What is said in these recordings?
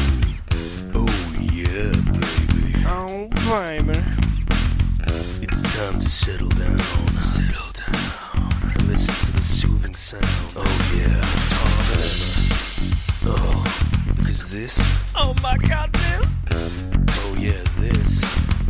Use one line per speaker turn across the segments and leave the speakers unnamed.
Oh yeah, baby.
Oh, baby.
It's time to settle down. Settle down. And listen to the soothing sound. Oh yeah, Tom Emmer. Oh, because this.
Oh my god, this.
Oh yeah, this.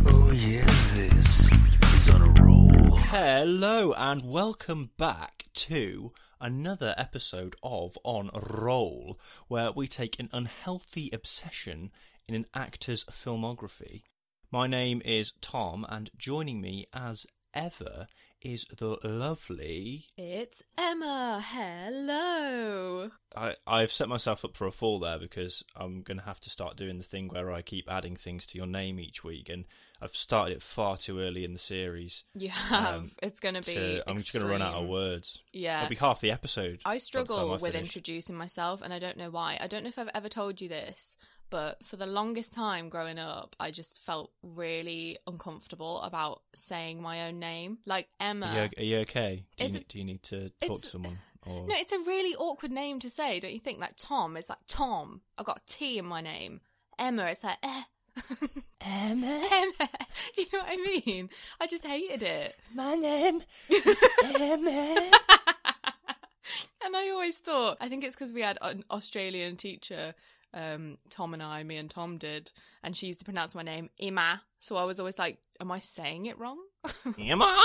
Oh yeah, this is on a roll.
Hello and welcome back to another episode of On Roll, where we take an unhealthy obsession in an actor's filmography. My name is Tom, and joining me as ever is the lovely.
It's Emma. Hello.
I, I've set myself up for a fall there because I'm going to have to start doing the thing where I keep adding things to your name each week, and I've started it far too early in the series.
You have.
Um,
it's going to be.
to- I'm just going to run out of
extreme.
words.
Yeah.
That'll be half the episode. by
I
the time
struggle with
finish.
introducing myself, and I don't know why. I don't know if I've ever told you this, but for the longest time growing up, I just felt really uncomfortable about saying my own name, like Emma.
Are you, are you okay? Do you,
It's-
need- do you need to talk
it's-
to someone? Or...
No, it's a really awkward name to say, don't you think? Like Tom, it's like Tom. I've got a T in my name. Emma, it's like eh. Emma? Emma. Do you know what I mean? I just hated it.
My name Emma.
and I always thought, I think it's because we had an Australian teacher, um, Tom and I, me and Tom did, and she used to pronounce my name Emma. So I was always like, am I saying it wrong?
Emma!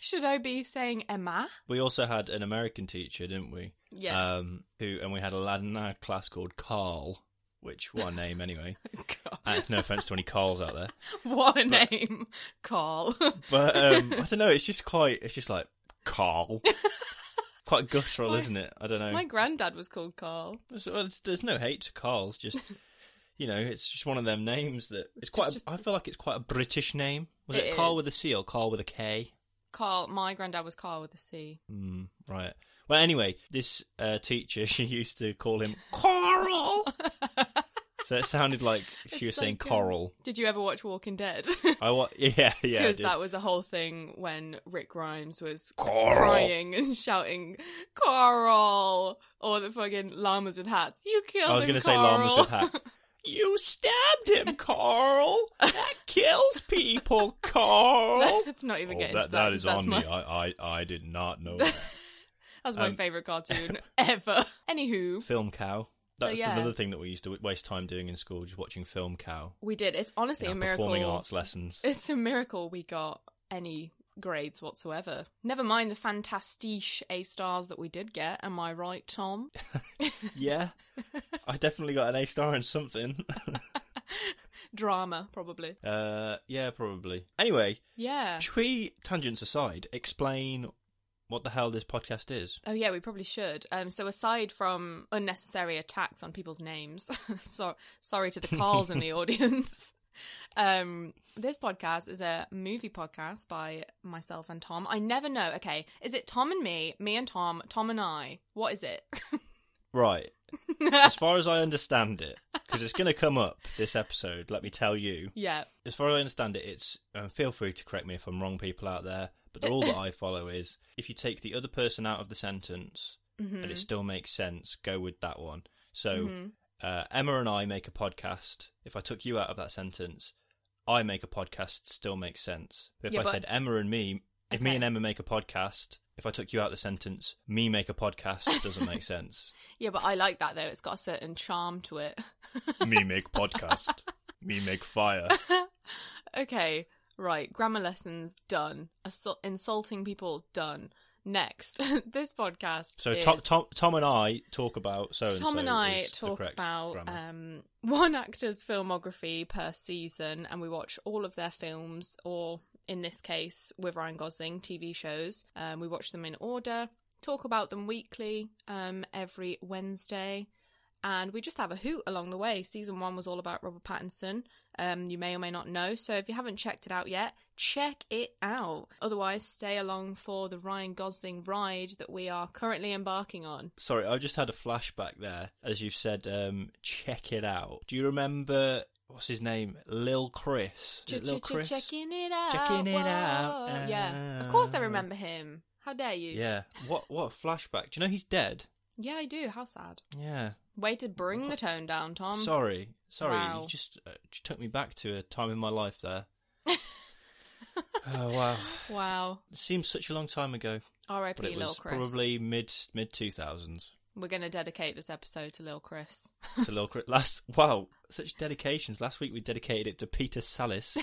Should I be saying Emma?
we also had an American teacher, didn't we?
Yeah.
Um, who and we had a lad in our class called Carl, which what a name anyway.
God.
Uh, no offense to any Carls out there,
What a
but-
name, Carl.
but um, I don't know. It's just quite. It's just like Carl. quite guttural,
My-
isn't it? I don't know.
my granddad was called Carl.
There's, well, there's, there's no hate to Carl's, just you know, it's just one of them names that it's quite.
It's just-
I feel like it's quite a British name. Was it,
It
Carl
is.
with a C or Carl with a K?
Carl, my granddad was Carl with a C.
Mm, right. Well, anyway, this uh, teacher she used to call him Coral, so it sounded like
It's
she was saying
like, um,
Coral.
Did you ever watch Walking Dead?
I wa- yeah yeah. I
Because
did.
that was a whole thing when Rick Grimes was
Coral.
crying and shouting, Coral! Or the fucking llamas with hats. You killed
I was
him,
gonna say llamas
Carl."
with hats. You stabbed him, Carl. That kills people, Carl.
Let's not even
Oh,
get into
that,
that.
that
'cause
is
that's
on
my,
me. I, I, I did not know that.
That's my
Um,
favourite cartoon ever. Anywho,
Film Cow. That
So,
was
yeah.
another thing that we used to waste time doing in school, just watching Film Cow.
we did. It's honestly
You
a
know,
miracle.
Performing arts lessons.
It's a miracle we got any grades whatsoever. Never mind the fantastiche A stars that we did get. Am I right, Tom?
yeah. I definitely got an A star in something.
Drama, probably.
uh, yeah, probably. Anyway,
Yeah.
should we, tangents aside, explain what the hell this podcast is?
Oh yeah, we probably should. Um, so aside from unnecessary attacks on people's names, so sorry to the Carls in the audience. Um, this podcast is a movie podcast by myself and Tom. I never know. Okay, is it Tom and me, me and Tom, Tom and I? What is it?
Right. as far as I understand it, because it's going to come up this episode, let me tell you.
yeah,
As far as I understand it, it's, and feel free to correct me if I'm wrong, people out there, but the rule that I follow is if you take the other person out of the sentence,
Mm-hmm.
and it still makes sense, go with that one. So uh, Emma and I make a podcast. If I took you out of that sentence, I make a podcast still makes sense. But if
Yeah,
I
but-
said Emma and me, if me
Okay.
and Emma make a podcast, if I took you out of the sentence, me make a podcast doesn't make sense.
yeah, but I like that though. It's got a certain charm to it.
me make podcast. Me make fire.
okay, right. Grammar lessons done. Assault- insulting people done. Next, this podcast.
So
is...
Tom, Tom, Tom and I talk about so and so.
Tom and I
is the
talk
correct
about
grammar.
um, one actor's filmography per season, and we watch all of their films, or in this case with Ryan Gosling TV shows. Um, we watch them in order, talk about them weekly um, every Wednesday, and we just have a hoot along the way. Season one was all about Robert Pattinson. Um, you may or may not know, so if you haven't checked it out yet, check it out. Otherwise, stay along for the Ryan Gosling ride that we are currently embarking on.
Sorry, I just had a flashback there as you said. Um, check it out. Do you remember what's his name? Lil Chris. Is it Lil Chris.
Checking it out.
Checking it out. Uh,
Whoa. yeah, of course I remember him. How dare you?
Yeah. What what a flashback? Do you know he's dead?
Yeah, I do. How sad.
Yeah.
Way to bring the tone down, Tom.
sorry, sorry.
Um, wow.
You just uh, just took me back to a time in my life there. oh wow!
Wow.
It seems such a long time ago,
R.I.P.
but it
Lil
was
Chris.
probably mid mid two thousands
We're going to dedicate this episode to Lil Chris.
to Lil Chris. Last wow, such dedications. Last week we dedicated it to Peter Salis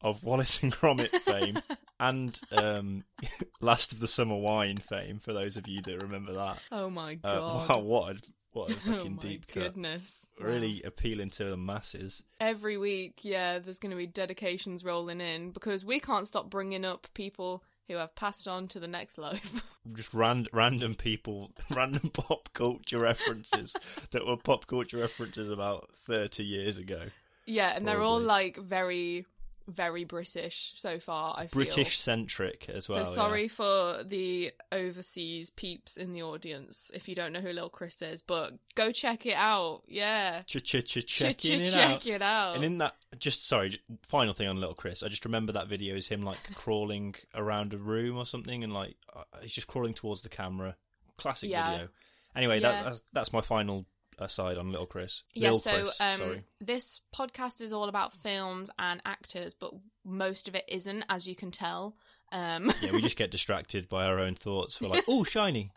of Wallace and Gromit fame, and um, Last of the Summer Wine fame. For those of you that remember that,
Oh my
uh,
god.
wow, what a, what a
Oh
fucking
my
deep cut.
goodness. Wow.
Really appealing to the masses.
Every week, yeah, there's going to be dedications rolling in because we can't stop bringing up people who have passed on to the next life.
just ran- random people, random pop culture references that were pop culture references about 30 years ago.
yeah, and they're all
Probably.
like very, very British so far, I feel.
British centric as well.
so
yeah.
sorry for the overseas peeps in the audience if you don't know who Lil Chris is, but go check it out. Yeah.
Ch- ch- ch- checking it
check
out.
it out.
And in that, just sorry, j- final thing on Little Chris, I just remember that video is him like crawling around a room or something and like uh, he's just crawling towards the camera. Classic
Yeah.
video. Anyway,
Yeah.
that, that's, that's my final aside on Little Chris.
Yeah,
Lil
so
Chris,
um,
sorry.
this podcast is all about films and actors, but most of it isn't, as you can tell. Um,
Yeah, we just get distracted by our own thoughts. We're like, oh, shiny.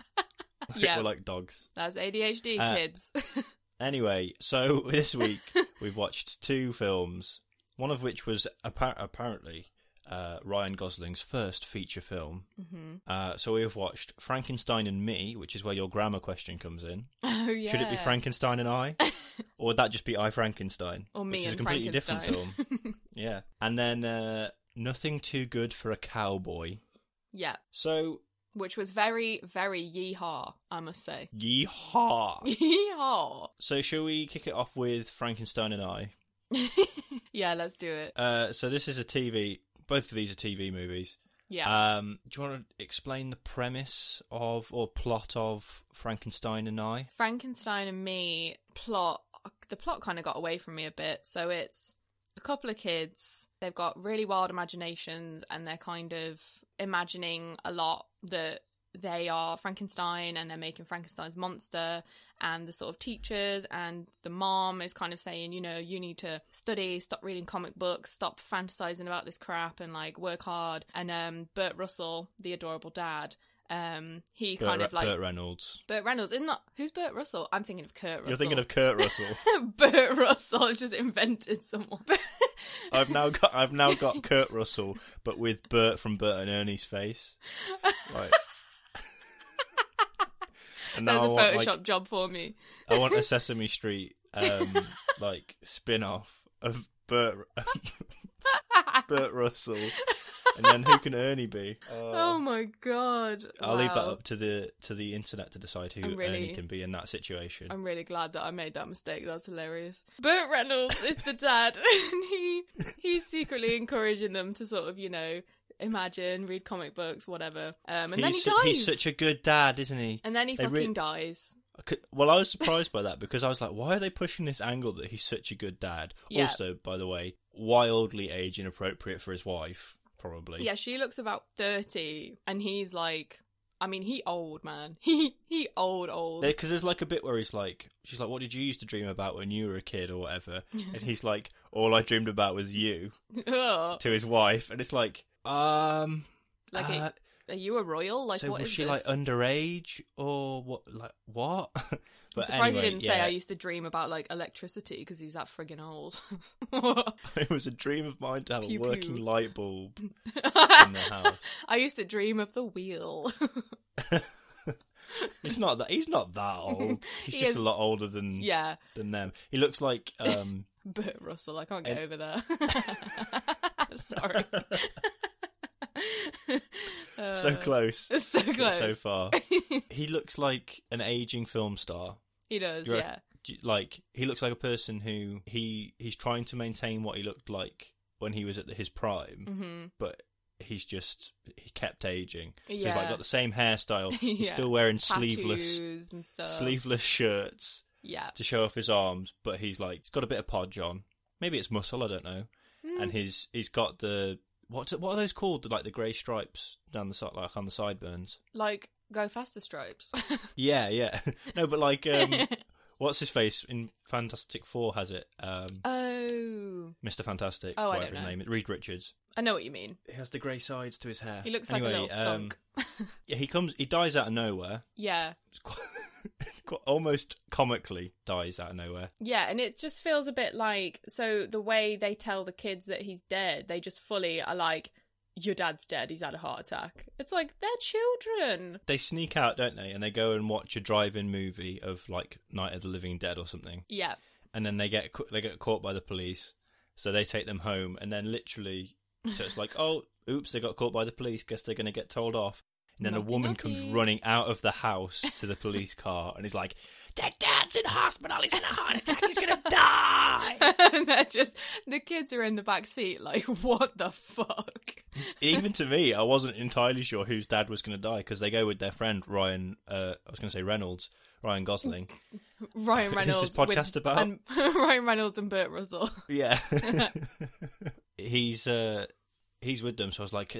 yeah,
We're like dogs.
that's ADHD,
Uh,
kids.
Anyway, so this week we've watched two films, one of which was appa- apparently uh, Ryan Gosling's first feature film. Mm-hmm. Uh, so we've watched Frankenstein and Me, which is where your grammar question comes in.
oh yeah.
Should it be Frankenstein and I? or would that just be I Frankenstein?
Or me
which is
and
a completely different
Frankenstein.
film. yeah. And then uh, Nothing Too Good for a Cowboy.
Yeah,
So,
which was very, very yeehaw, I must say.
yeehaw!
Yeehaw.
so shall we kick it off with Frankenstein and I?
yeah, let's do it.
Uh, so this is a TV. Both of these are TV movies.
Yeah.
Um, do you want to explain the premise of or plot of Frankenstein and I?
Frankenstein and me plot the plot kind of got away from me a bit. So it's a couple of kids, they've got really wild imaginations and they're kind of imagining a lot that they are Frankenstein and they're making Frankenstein's monster and the sort of teachers and the mom is kind of saying, you know, you need to study, stop reading comic books, stop fantasizing about this crap and like work hard. And um Bert Russell, the adorable dad, um he kind
Burt,
of like
Burt Reynolds.
Burt Reynolds, isn't that who's Burt Russell? I'm thinking of Kurt Russell.
You're thinking of Kurt Russell.
Burt Russell. I've just invented someone.
I've now got I've now got Kurt Russell, but with Bert from Bert and Ernie's face. Right. and now
There's
I
a
want,
Photoshop
like,
job for me.
I want a Sesame Street um, like spin off of Bert Burt Russell, and then who can Ernie be?
Oh my god!
I'll leave that
Wow.
up to the to the internet to decide who
I'm really-
Ernie can be in that situation.
I'm really glad that I made that mistake. That's hilarious. Burt Reynolds is the dad, and he he's secretly encouraging them to sort of you know imagine, read comic books, whatever. Um, and then he
he's,
dies.
su- he's such a good dad, isn't he?
and then he
they
fucking
re-
dies.
I could- well, I was surprised by that because I was like, why are they pushing this angle that he's such a good dad?
Yeah.
Also, by the way, wildly age inappropriate for his wife, probably.
Yeah, she looks about thirty, and he's like, I mean, he old man. He he old old.
Because there's like a bit where he's like, she's like, what did you used to dream about when you were a kid or whatever? and he's like, all I dreamed about was you
Ugh.
to his wife. And it's like, um.
Like
uh,
a- Are you a royal? Like,
so
what
was
is
she
this?
like underage or what? Like what? but
I'm surprised
anyway,
you didn't say
yeah,
I used to dream about like electricity because he's that friggin' old.
it was a dream of mine to have
Pew,
a working
pew.
light bulb in the house. Mm.
I used to dream of the wheel.
He's not that. He's not that old. He's
He
just
is-
a lot older than
yeah,
than them. He looks like um.
Bert Russell. I can't get
And-
over there. Sorry.
so
Uh,
close.
It's so
but
close.
So far. He looks like an aging film star.
he does,
You're a-
yeah.
d- Like he looks like a person who he he's trying to maintain what he looked like when he was at his prime,
Mhm.
but he's just he kept aging. So he's
Yeah.
like got the same hairstyle. He's
Yeah.
still wearing sleeveless
Tattoos uh, and stuff.
sleeveless shirts
Yeah.
to show off his arms, but he's like he's got a bit of podge on. Maybe it's muscle, I don't know.
Mm.
And he's he's got the what what are those called? Like the grey stripes down the side, like on the sideburns.
Like go faster stripes.
Yeah, yeah. no, but like um, what's his face in Fantastic Four has it. Um,
oh.
Mr. Fantastic,
Oh, I
whatever
don't
his
know.
name is, Reed Richards.
I know what you mean.
He has the grey sides to his hair.
He looks like a
Anyway,
little skunk.
um, yeah, he comes. He dies out of nowhere.
yeah.
It's quite, quite, almost comically dies out of nowhere.
Yeah, and it just feels a bit like so the way they tell the kids that he's dead, they just fully are like, Your dad's dead, he's had a heart attack. It's like they're children.
They sneak out, don't they? And they go and watch a drive-in movie of like Night of the Living Dead or something.
Yeah.
and then they get cau- they get caught by the police, so they take them home, and then literally, so it's like, oh, oops, they got caught by the police. Guess they're going to get told off. And then
Naughty,
a woman
naughty.
comes running out of the house to the police car and is like, "Their dad's in hospital. He's in a heart attack. He's going to die."
and they're just the kids are in the back seat like, What the fuck?
Even to me, I wasn't entirely sure whose dad was going to die because they go with their friend Ryan. Uh, I was going to say Reynolds, Ryan Gosling.
Ryan
Who's this
Reynolds
podcast
with,
about?
and- Ryan Reynolds and Burt Russell.
Yeah. he's uh he's with them so I was like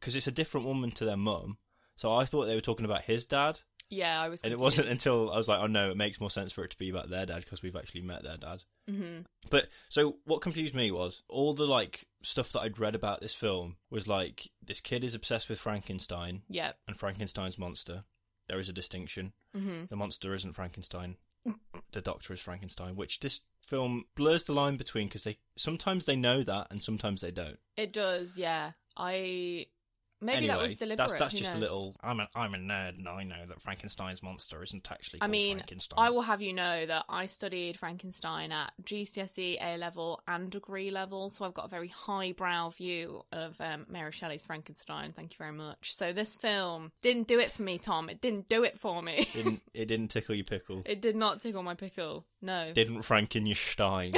cuz it's a different woman to their mum. So I thought they were talking about his dad
Yeah, I was
and it
confused.
wasn't until I was like oh no it makes more sense for it to be about their dad because we've actually met their dad. Mm-hmm. But so what confused me was all the like stuff that I'd read about this film was like this kid is obsessed with Frankenstein
Yeah.
and Frankenstein's monster. There is a distinction.
Mm-hmm.
The monster isn't Frankenstein. the doctor is Frankenstein, which this film blurs the line between because they sometimes they know that and sometimes they don't.
It does, yeah. I maybe that was
Anyway,
deliberate.
That's, that's
who
just a
knows?
little. I'm a, I'm a nerd and I know that Frankenstein's monster isn't actually.
I
called
mean,
Frankenstein.
I will have you know that I studied Frankenstein at GCSE E, A level and degree level, so I've got a very highbrow view of um, Mary Shelley's Frankenstein. Thank you very much. So this film didn't do it for me, Tom. It didn't do it for me.
Didn't, it didn't tickle your pickle.
it did not tickle my pickle. No,
didn't Franken your Stein.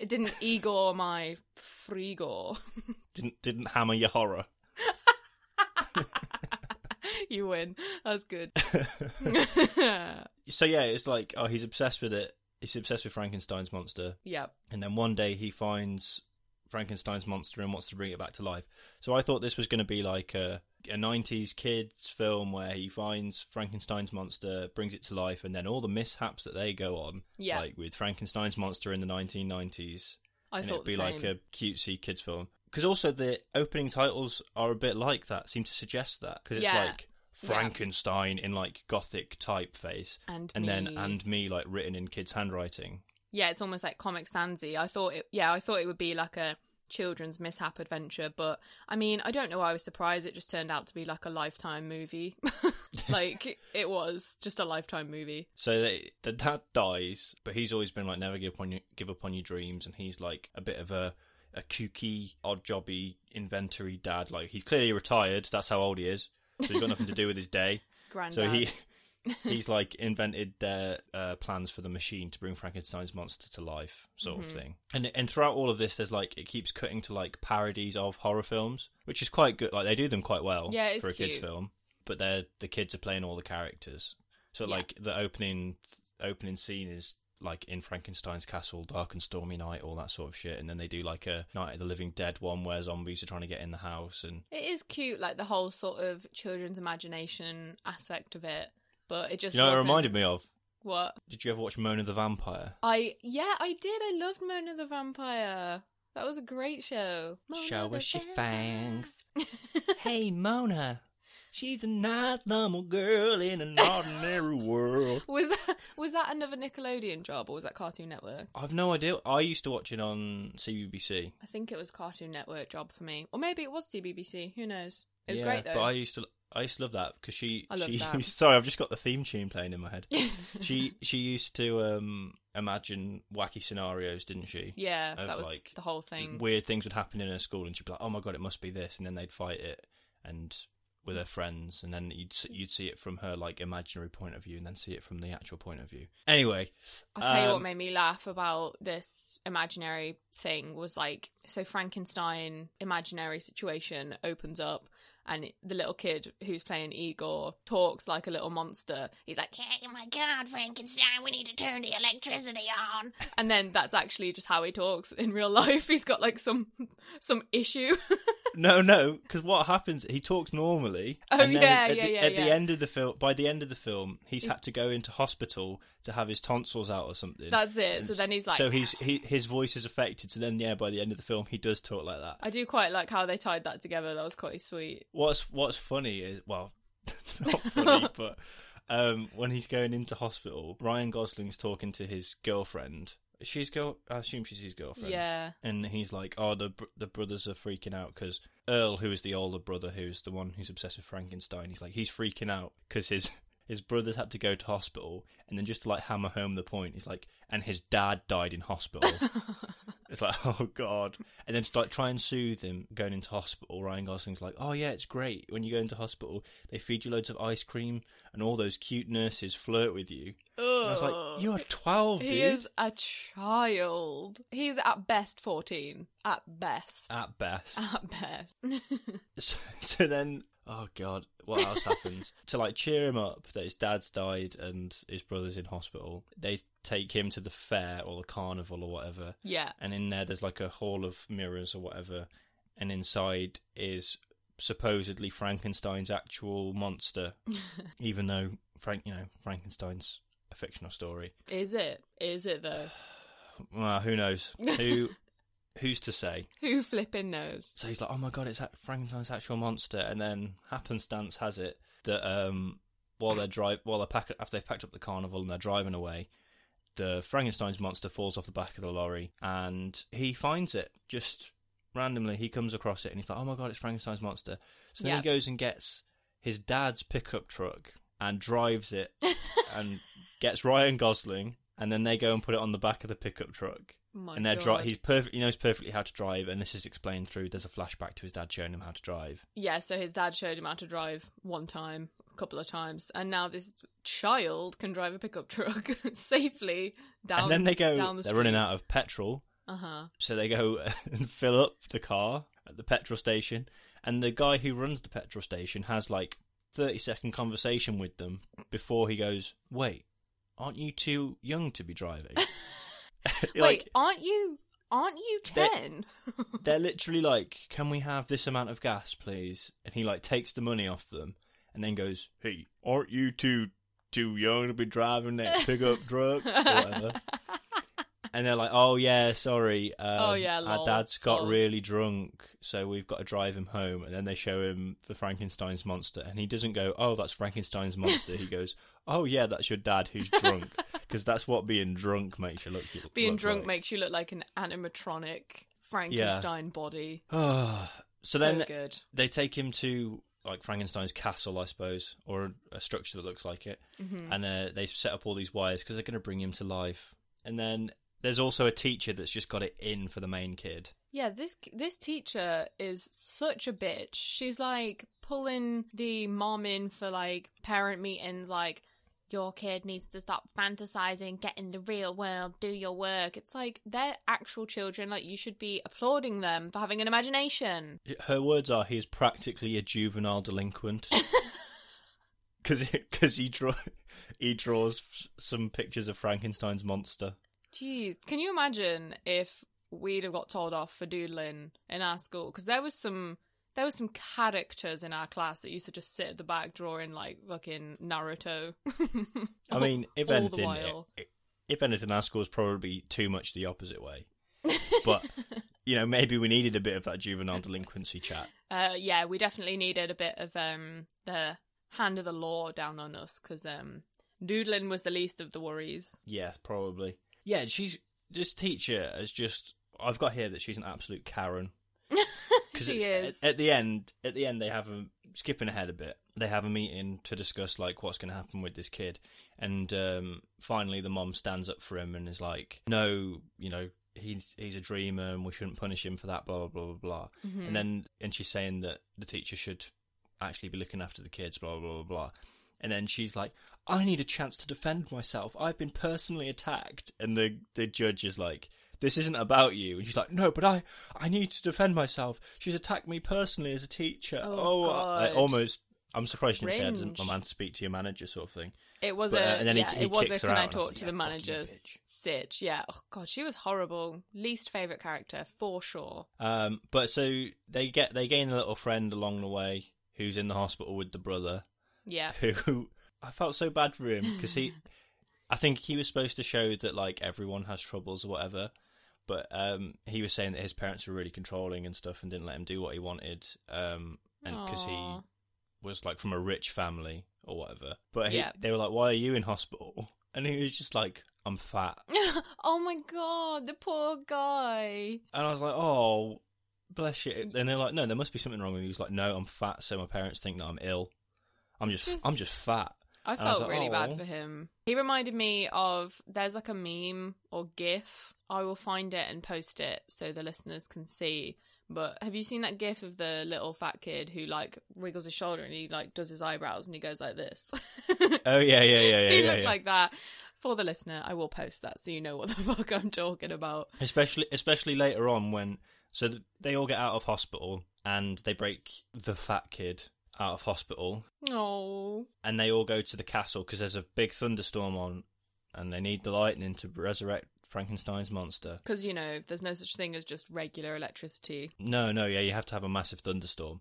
it didn't Igor my Frigor.
didn't didn't hammer your horror.
you win. That's good.
So yeah, it's like oh he's obsessed with it. He's obsessed with Frankenstein's monster.
yep.
and then one day he finds Frankenstein's monster and wants to bring it back to life. So I thought this was going to be like a, a 90s kids film where he finds Frankenstein's monster, brings it to life, and then all the mishaps that they go on,
Yeah.
like with Frankenstein's monster in the 1990s,
I
and
thought
it'd be
the
like
same.
a cutesy kids film. Because also the opening titles are a bit like that, seem to suggest that. Because it's
Yeah.
like Frankenstein in like gothic typeface,
And
and then
me.
and me like written in kids' handwriting.
yeah, it's almost like Comic Sansi. I thought it, yeah, I thought it would be like a children's mishap adventure, but I mean, I don't know why I was surprised. It just turned out to be like a lifetime movie. like it was just a lifetime movie.
So they, the dad dies, but he's always been like, never give up on your, give up on your dreams, and he's like a bit of a a kooky, odd jobby, inventory dad. Like he's clearly retired. That's how old he is. So he's got nothing to do with his day.
Granddad.
So he
uh,
he's like invented their uh, plans for the machine to bring Frankenstein's monster to life, sort
Mm-hmm.
of thing. And and throughout all of this, there's like it keeps cutting to like parodies of horror films, which is quite good. Like they do them quite well
Yeah, it's
for a kids
cute.
film, but they're the kids are playing all the characters. So
Yeah.
like the opening opening scene is like in Frankenstein's castle, dark and stormy night, all that sort of shit. And then they do like a Night of the Living Dead one where zombies are trying to get in the house and
It is cute, like the whole sort of children's imagination aspect of it, but it just
you know what it
wasn't-
reminded me of.
what
Did you ever watch Mona the Vampire?
I yeah I did. I loved Mona the Vampire. That was a great show. Mona
Show
the
us your
Vampire.
Hey Mona, she's a nice normal girl in an ordinary world.
Was that was that another Nickelodeon job or was that Cartoon Network?
I've no idea. I used to watch it on CBBC.
I think it was Cartoon Network job for me, or maybe it was CBBC. Who knows? It was
Yeah,
great though.
But I used to, I used to love that because she.
I love
she
that.
sorry, I've just got the theme tune playing in my head. she she used to um, imagine wacky scenarios, didn't she?
yeah,
of,
that was
like,
the whole thing.
Weird things would happen in her school, and she'd be like, "Oh my god, it must be this," and then they'd fight it. and with her friends, and then you'd s- you'd see it from her like imaginary point of view, and then see it from the actual point of view. Anyway,
I'll tell you what
Um,
made me laugh about this imaginary thing was like so Frankenstein imaginary situation opens up and the little kid who's playing Igor talks like a little monster. He's like, "Hey, oh my god, Frankenstein, we need to turn the electricity on." And then that's actually just how he talks in real life. He's got like some some issue.
no, no, because what happens? He talks normally.
Oh,
and then
yeah,
at
yeah,
the,
yeah,
At the
yeah.
end of the film, by the end of the film, he's,
He's-
had to go into hospital to have his tonsils out or something.
That's it.
And
So
s-
then he's like,
so he's he, his voice is affected. So then, yeah, by the end of the film, he does talk like that.
I do quite like how they tied that together. That was quite sweet.
What's what's funny is well, not funny, but um, when he's going into hospital, Ryan Gosling's talking to his girlfriend. She's girl. I assume she's his girlfriend.
Yeah.
And he's like, "Oh, the br- the brothers are freaking out because Earl, who is the older brother, who's the one who's obsessed with Frankenstein, he's like, he's freaking out because his." His brothers had to go to hospital, and then just to like hammer home the point, he's like, and his dad died in hospital. It's like, oh god. And then to like try and soothe him going into hospital, Ryan Gosling's like, Oh yeah, it's great. When you go into hospital, they feed you loads of ice cream and all those cute nurses flirt with you. And I was like,
Ugh.
You are twelve, dude.
He is a child. He's at best 14. At best.
At best.
At best.
so, so then oh god, what else happens? to like cheer him up that his dad's died and his brother's in hospital, they take him to the fair or the carnival or whatever.
yeah.
and in there there's like a hall of mirrors or whatever and inside is supposedly frankenstein's actual monster even though frank you know frankenstein's a fictional story
Is it? Is it though?
well who knows who who's to say
Who flipping knows?
so he's like oh my god it's a- frankenstein's actual monster and then happenstance has it that um while they're drive while they're pack- after they've packed up the carnival and they're driving away the Frankenstein's monster falls off the back of the lorry and he finds it just randomly. He comes across it and he's like, "Oh my god, it's Frankenstein's monster!" So then
Yep.
he goes and gets his dad's pickup truck and drives it and gets Ryan Gosling, and then they go and put it on the back of the pickup truck.
My
and they're
God.
dri- he's perfect. He knows perfectly how to drive, and this is explained through. There's a flashback to his dad showing him how to drive.
Yeah, so his dad showed him how to drive one time, a couple of times, and now this child can drive a pickup truck safely down
and then they go.
down the
they're running out of petrol,
Uh huh.
So they go and fill up the car at the petrol station, and the guy who runs the petrol station has like thirty second conversation with them before he goes, "Wait, aren't you too young to be driving?"
Wait, aren't you aren't you
They-
10?
they're literally like, "Can we have this amount of gas, please?" And he like takes the money off them, and then goes, "Hey, aren't you too too young to be driving that pickup truck?" Or whatever. And they're like, "Oh yeah, sorry. Um,
Oh, yeah,
our
lol,
dad's got
soz."
really drunk, so we've got to drive him home." And then they show him the Frankenstein's monster, and he doesn't go, "Oh, that's Frankenstein's monster." he goes, "Oh yeah, that's your dad who's drunk." Because that's what being drunk makes you look.
Being
look
drunk
like.
makes you look like an animatronic Frankenstein body.
so, then
good.
they take him to like Frankenstein's castle, I suppose, or a, a structure that looks like it,
Mm.
and uh, they set up all these wires because they're going to bring him to life. And then there's also a teacher that's just got it in for the main kid.
Yeah, this this teacher is such a bitch. She's like pulling the mom in for like parent meetings, like your kid needs to stop fantasizing, get in the real world, do your work. It's like they're actual children. Like you should be applauding them for having an imagination.
Her words are, "He is practically a juvenile delinquent." Because because he draw he draws f- some pictures of Frankenstein's monster.
Jeez, can you imagine if we'd have got told off for doodling in our school? Because there was some there was some characters in our class that used to just sit at the back drawing like fucking Naruto.
I mean, if
Oh, All the
anything,
while.
i- i- if anything, our school's probably too much the opposite way. But you know, maybe we needed a bit of that juvenile delinquency chat.
Uh, yeah, we definitely needed a bit of um the hand of the law down on us because um doodling was the least of the worries.
Yeah, probably. Yeah, she's this teacher is just. I've got here that she's an absolute Karen. 'Cause
She
at,
is.
At, at the end, at the end, they have a skipping ahead a bit. They have a meeting to discuss like what's going to happen with this kid, and um, finally, the mom stands up for him and is like, "No, you know." He's he's a
Mm-hmm.
dreamer and we shouldn't punish him for that. Blah blah blah blah. blah. And then and she's saying that the teacher should actually be looking after the kids, blah, blah, blah, blah. And then she's like, I need a chance to defend myself. I've been personally attacked. And the, the judge is like, this isn't about you. And she's like, no, but I, I need to defend myself. She's attacked me personally as a teacher.
Oh,
I, I
God.
almost, I'm surprised she didn't say, I
Cringe.
doesn't my man speak to your manager sort of thing.
It was
But,
a
uh, and then he-
yeah,
he
it was a
kicks her
can I
out and I
talk
was
to
like,
the
"Yeah, fuck you,
managers
bitch."
sitch. Yeah. Oh god, she was horrible. Least favorite character for sure.
Um, but so they get, they gain a little friend along the way who's in the hospital with the brother.
Yeah.
who I felt so bad for him because he, I think he was supposed to show that like everyone has troubles or whatever, but um, he was saying that his parents were really controlling and stuff and didn't let him do what he wanted, um, and because he
Aw.
was like from a rich family or whatever. But he,
Yeah.
they were like, "Why are you in hospital?" And he was just like, "I'm fat,"
oh my god, the poor guy.
and I was like, "Oh." Bless you. And they're like, no, there must be something wrong with you. He's like, no, I'm fat, so my parents think that I'm ill. I'm
It's
just,
just-
I'm just fat.
I
And I was
felt
like,
really
"Oh."
bad for him. He reminded me of there's like a meme or GIF. I will find it and post it so the listeners can see. But have you seen that GIF of the little fat kid who like wiggles his shoulder and he like does his eyebrows and he goes like this?
Oh yeah, yeah, yeah, yeah.
he
yeah,
looked
yeah.
like that. For the listener, I will post that so you know what the fuck I'm talking about.
especially especially later on when so th- they all get out of hospital and they break the fat kid out of hospital
Oh,
and they all go to the castle because there's a big thunderstorm on and they need the lightning to resurrect Frankenstein's monster.
because you know there's no such thing as just regular electricity.
No, no, yeah, you have to have a massive thunderstorm.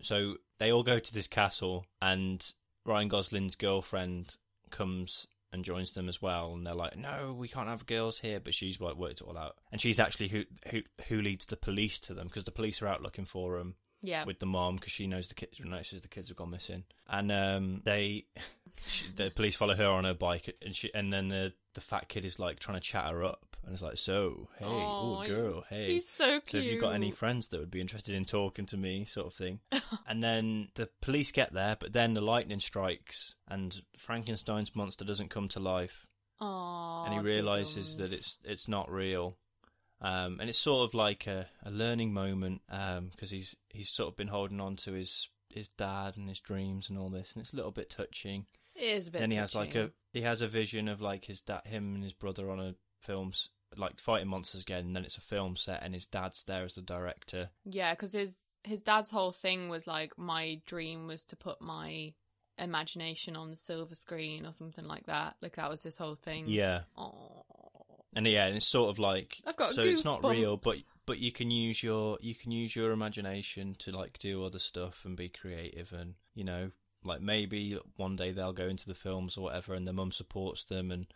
so they all go to this castle and Ryan Gosling's girlfriend comes and joins them as well and they're like no we can't have girls here but she's like worked it all out and she's actually who who who leads the police to them because the police are out looking for them
Yeah,
with the mom because she knows the kids notices the kids have gone missing, and um, they she, the police follow her on her bike, and she and then the the fat kid is like trying to chat her up, and it's like, so hey, oh,
Aw, he-
girl, hey,
he's so
So have you got any
cute.
friends that would be interested in talking to me, sort of thing? and then the police get there, but then the lightning strikes, and Frankenstein's monster doesn't come to life,
Aww,
and he realizes that it's it's not real. Um, and it's sort of like a, a learning moment because he's he's sort of been holding on to his his dad and his dreams and all this, and it's a little bit touching.
it is a bit.
and he has like
touching.
a he has a vision of like his dad, him and his brother on a film s- like fighting monsters again, and then it's a film set, and his dad's there as the director.
Yeah, because his his dad's whole thing was like, my dream was to put my imagination on the silver screen or something like that. Like that was his whole thing.
Yeah,
Aw.
and yeah, and it's sort of like
I've got
so it's not real,
goosebumps.
but but you can use your you can use your imagination to like do other stuff and be creative, and you know, like maybe one day they'll go into the films or whatever, and their mum supports them and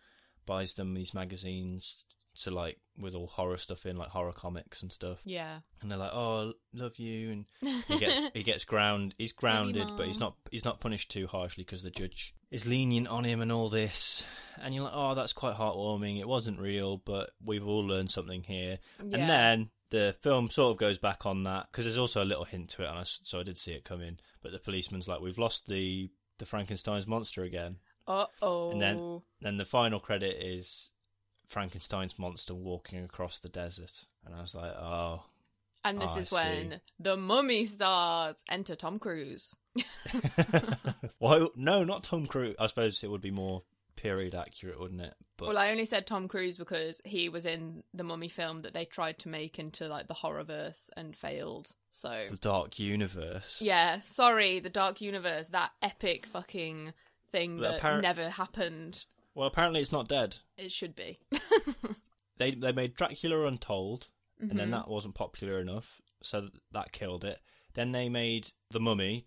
buys them these magazines to like with all horror stuff in, like horror comics and stuff,
Yeah.
and they're like, oh, love you, and he gets he gets ground he's grounded but he's
Mum.
not he's not punished too harshly because the judge is lenient on him and all this and you're like oh that's quite heartwarming it wasn't real but we've all learned something here
Yeah.
and then the film sort of goes back on that because there's also a little hint to it and I s so i did see it come in but the policeman's like we've lost the the frankenstein's monster again
Uh oh.
and then then the final credit is frankenstein's monster walking across the desert and i was like oh
And this
Oh, I
is when the mummy stars enter Tom Cruise.
Why? No, not Tom Cruise. I suppose it would be more period accurate, wouldn't it? But
well, I only said Tom Cruise because he was in the mummy film that they tried to make into like the horror verse and failed. So
the Dark Universe.
Yeah, sorry, the Dark Universe, that epic fucking thing
But
that
apparent-
never happened.
Well, apparently it's not dead.
It should be.
They they made Dracula Untold, and
Mm-hmm.
then that wasn't popular enough, so that killed it. Then they made The Mummy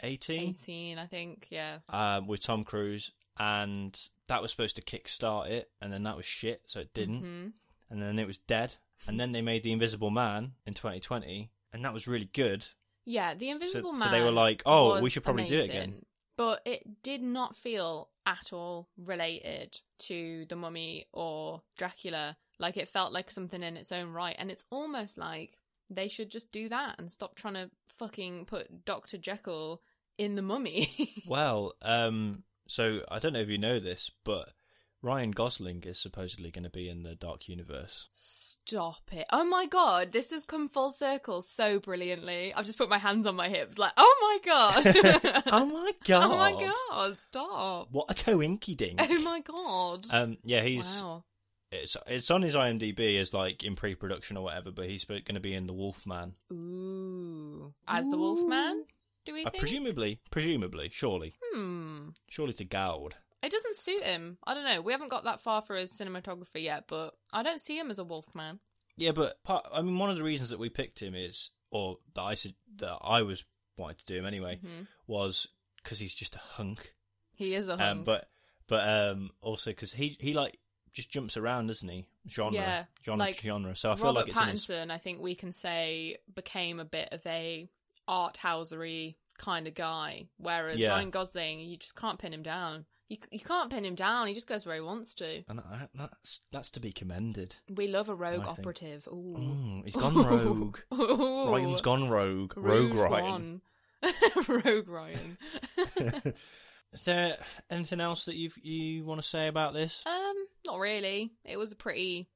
2018
18, I think, yeah.
um, with Tom Cruise, and that was supposed to kickstart it, and then that was shit, so it didn't.
Mm-hmm.
And then it was dead. And then they made The Invisible Man in 2020, and that was really good.
Yeah, The Invisible
so
Man.
they were like, "Oh, we
was
should probably do it again."
amazing, But it did not feel at all related to The Mummy or Dracula. Like, it felt like something in its own right. And it's almost like they should just do that and stop trying to fucking put Dr. Jekyll in The Mummy.
Well, um, so I don't know if you know this, but Ryan Gosling is supposedly going to be in the Dark Universe.
Stop it. Oh my god, this has come full circle so brilliantly. I've just put my hands on my hips, like, oh my god.
oh my god!
oh my god, stop.
What a coinkydink!
Oh my god.
Um, yeah, he's
wow.
it's it's on his IMDb as like in pre-production or whatever, but he's going to be in the Wolfman.
Ooh. As the Wolfman, do we
Uh,
think?
presumably, presumably, surely,
Hmm.
surely to Gowd.
It doesn't suit him. I don't know. We haven't got that far for his cinematography yet, but I don't see him as a Wolfman.
Yeah, but part, I mean, one of the reasons that we picked him is, or that I said that I was wanted to do him anyway,
Mm-hmm.
was because he's just a hunk.
He is a hunk.
Um, but but um, also because he he like just jumps around, doesn't he? Genre,
Yeah,
genre,
like
genre. So I feel
Robert
like it's in his-
Pattinson, I think we can say, became a bit of a art housery kind of guy, whereas
Yeah.
Ryan Gosling, you just can't pin him down. You, you can't pin him down. He just goes where he wants to.
and I, that's that's to be commended.
We love a rogue
I think-
operative. Ooh.
Mm, he's gone rogue.
Ooh.
Ryan's gone rogue.
Rouge
rogue Ryan.
One. rogue Ryan.
Is there anything else that you you want to say about this?
Um, not really. It was a pretty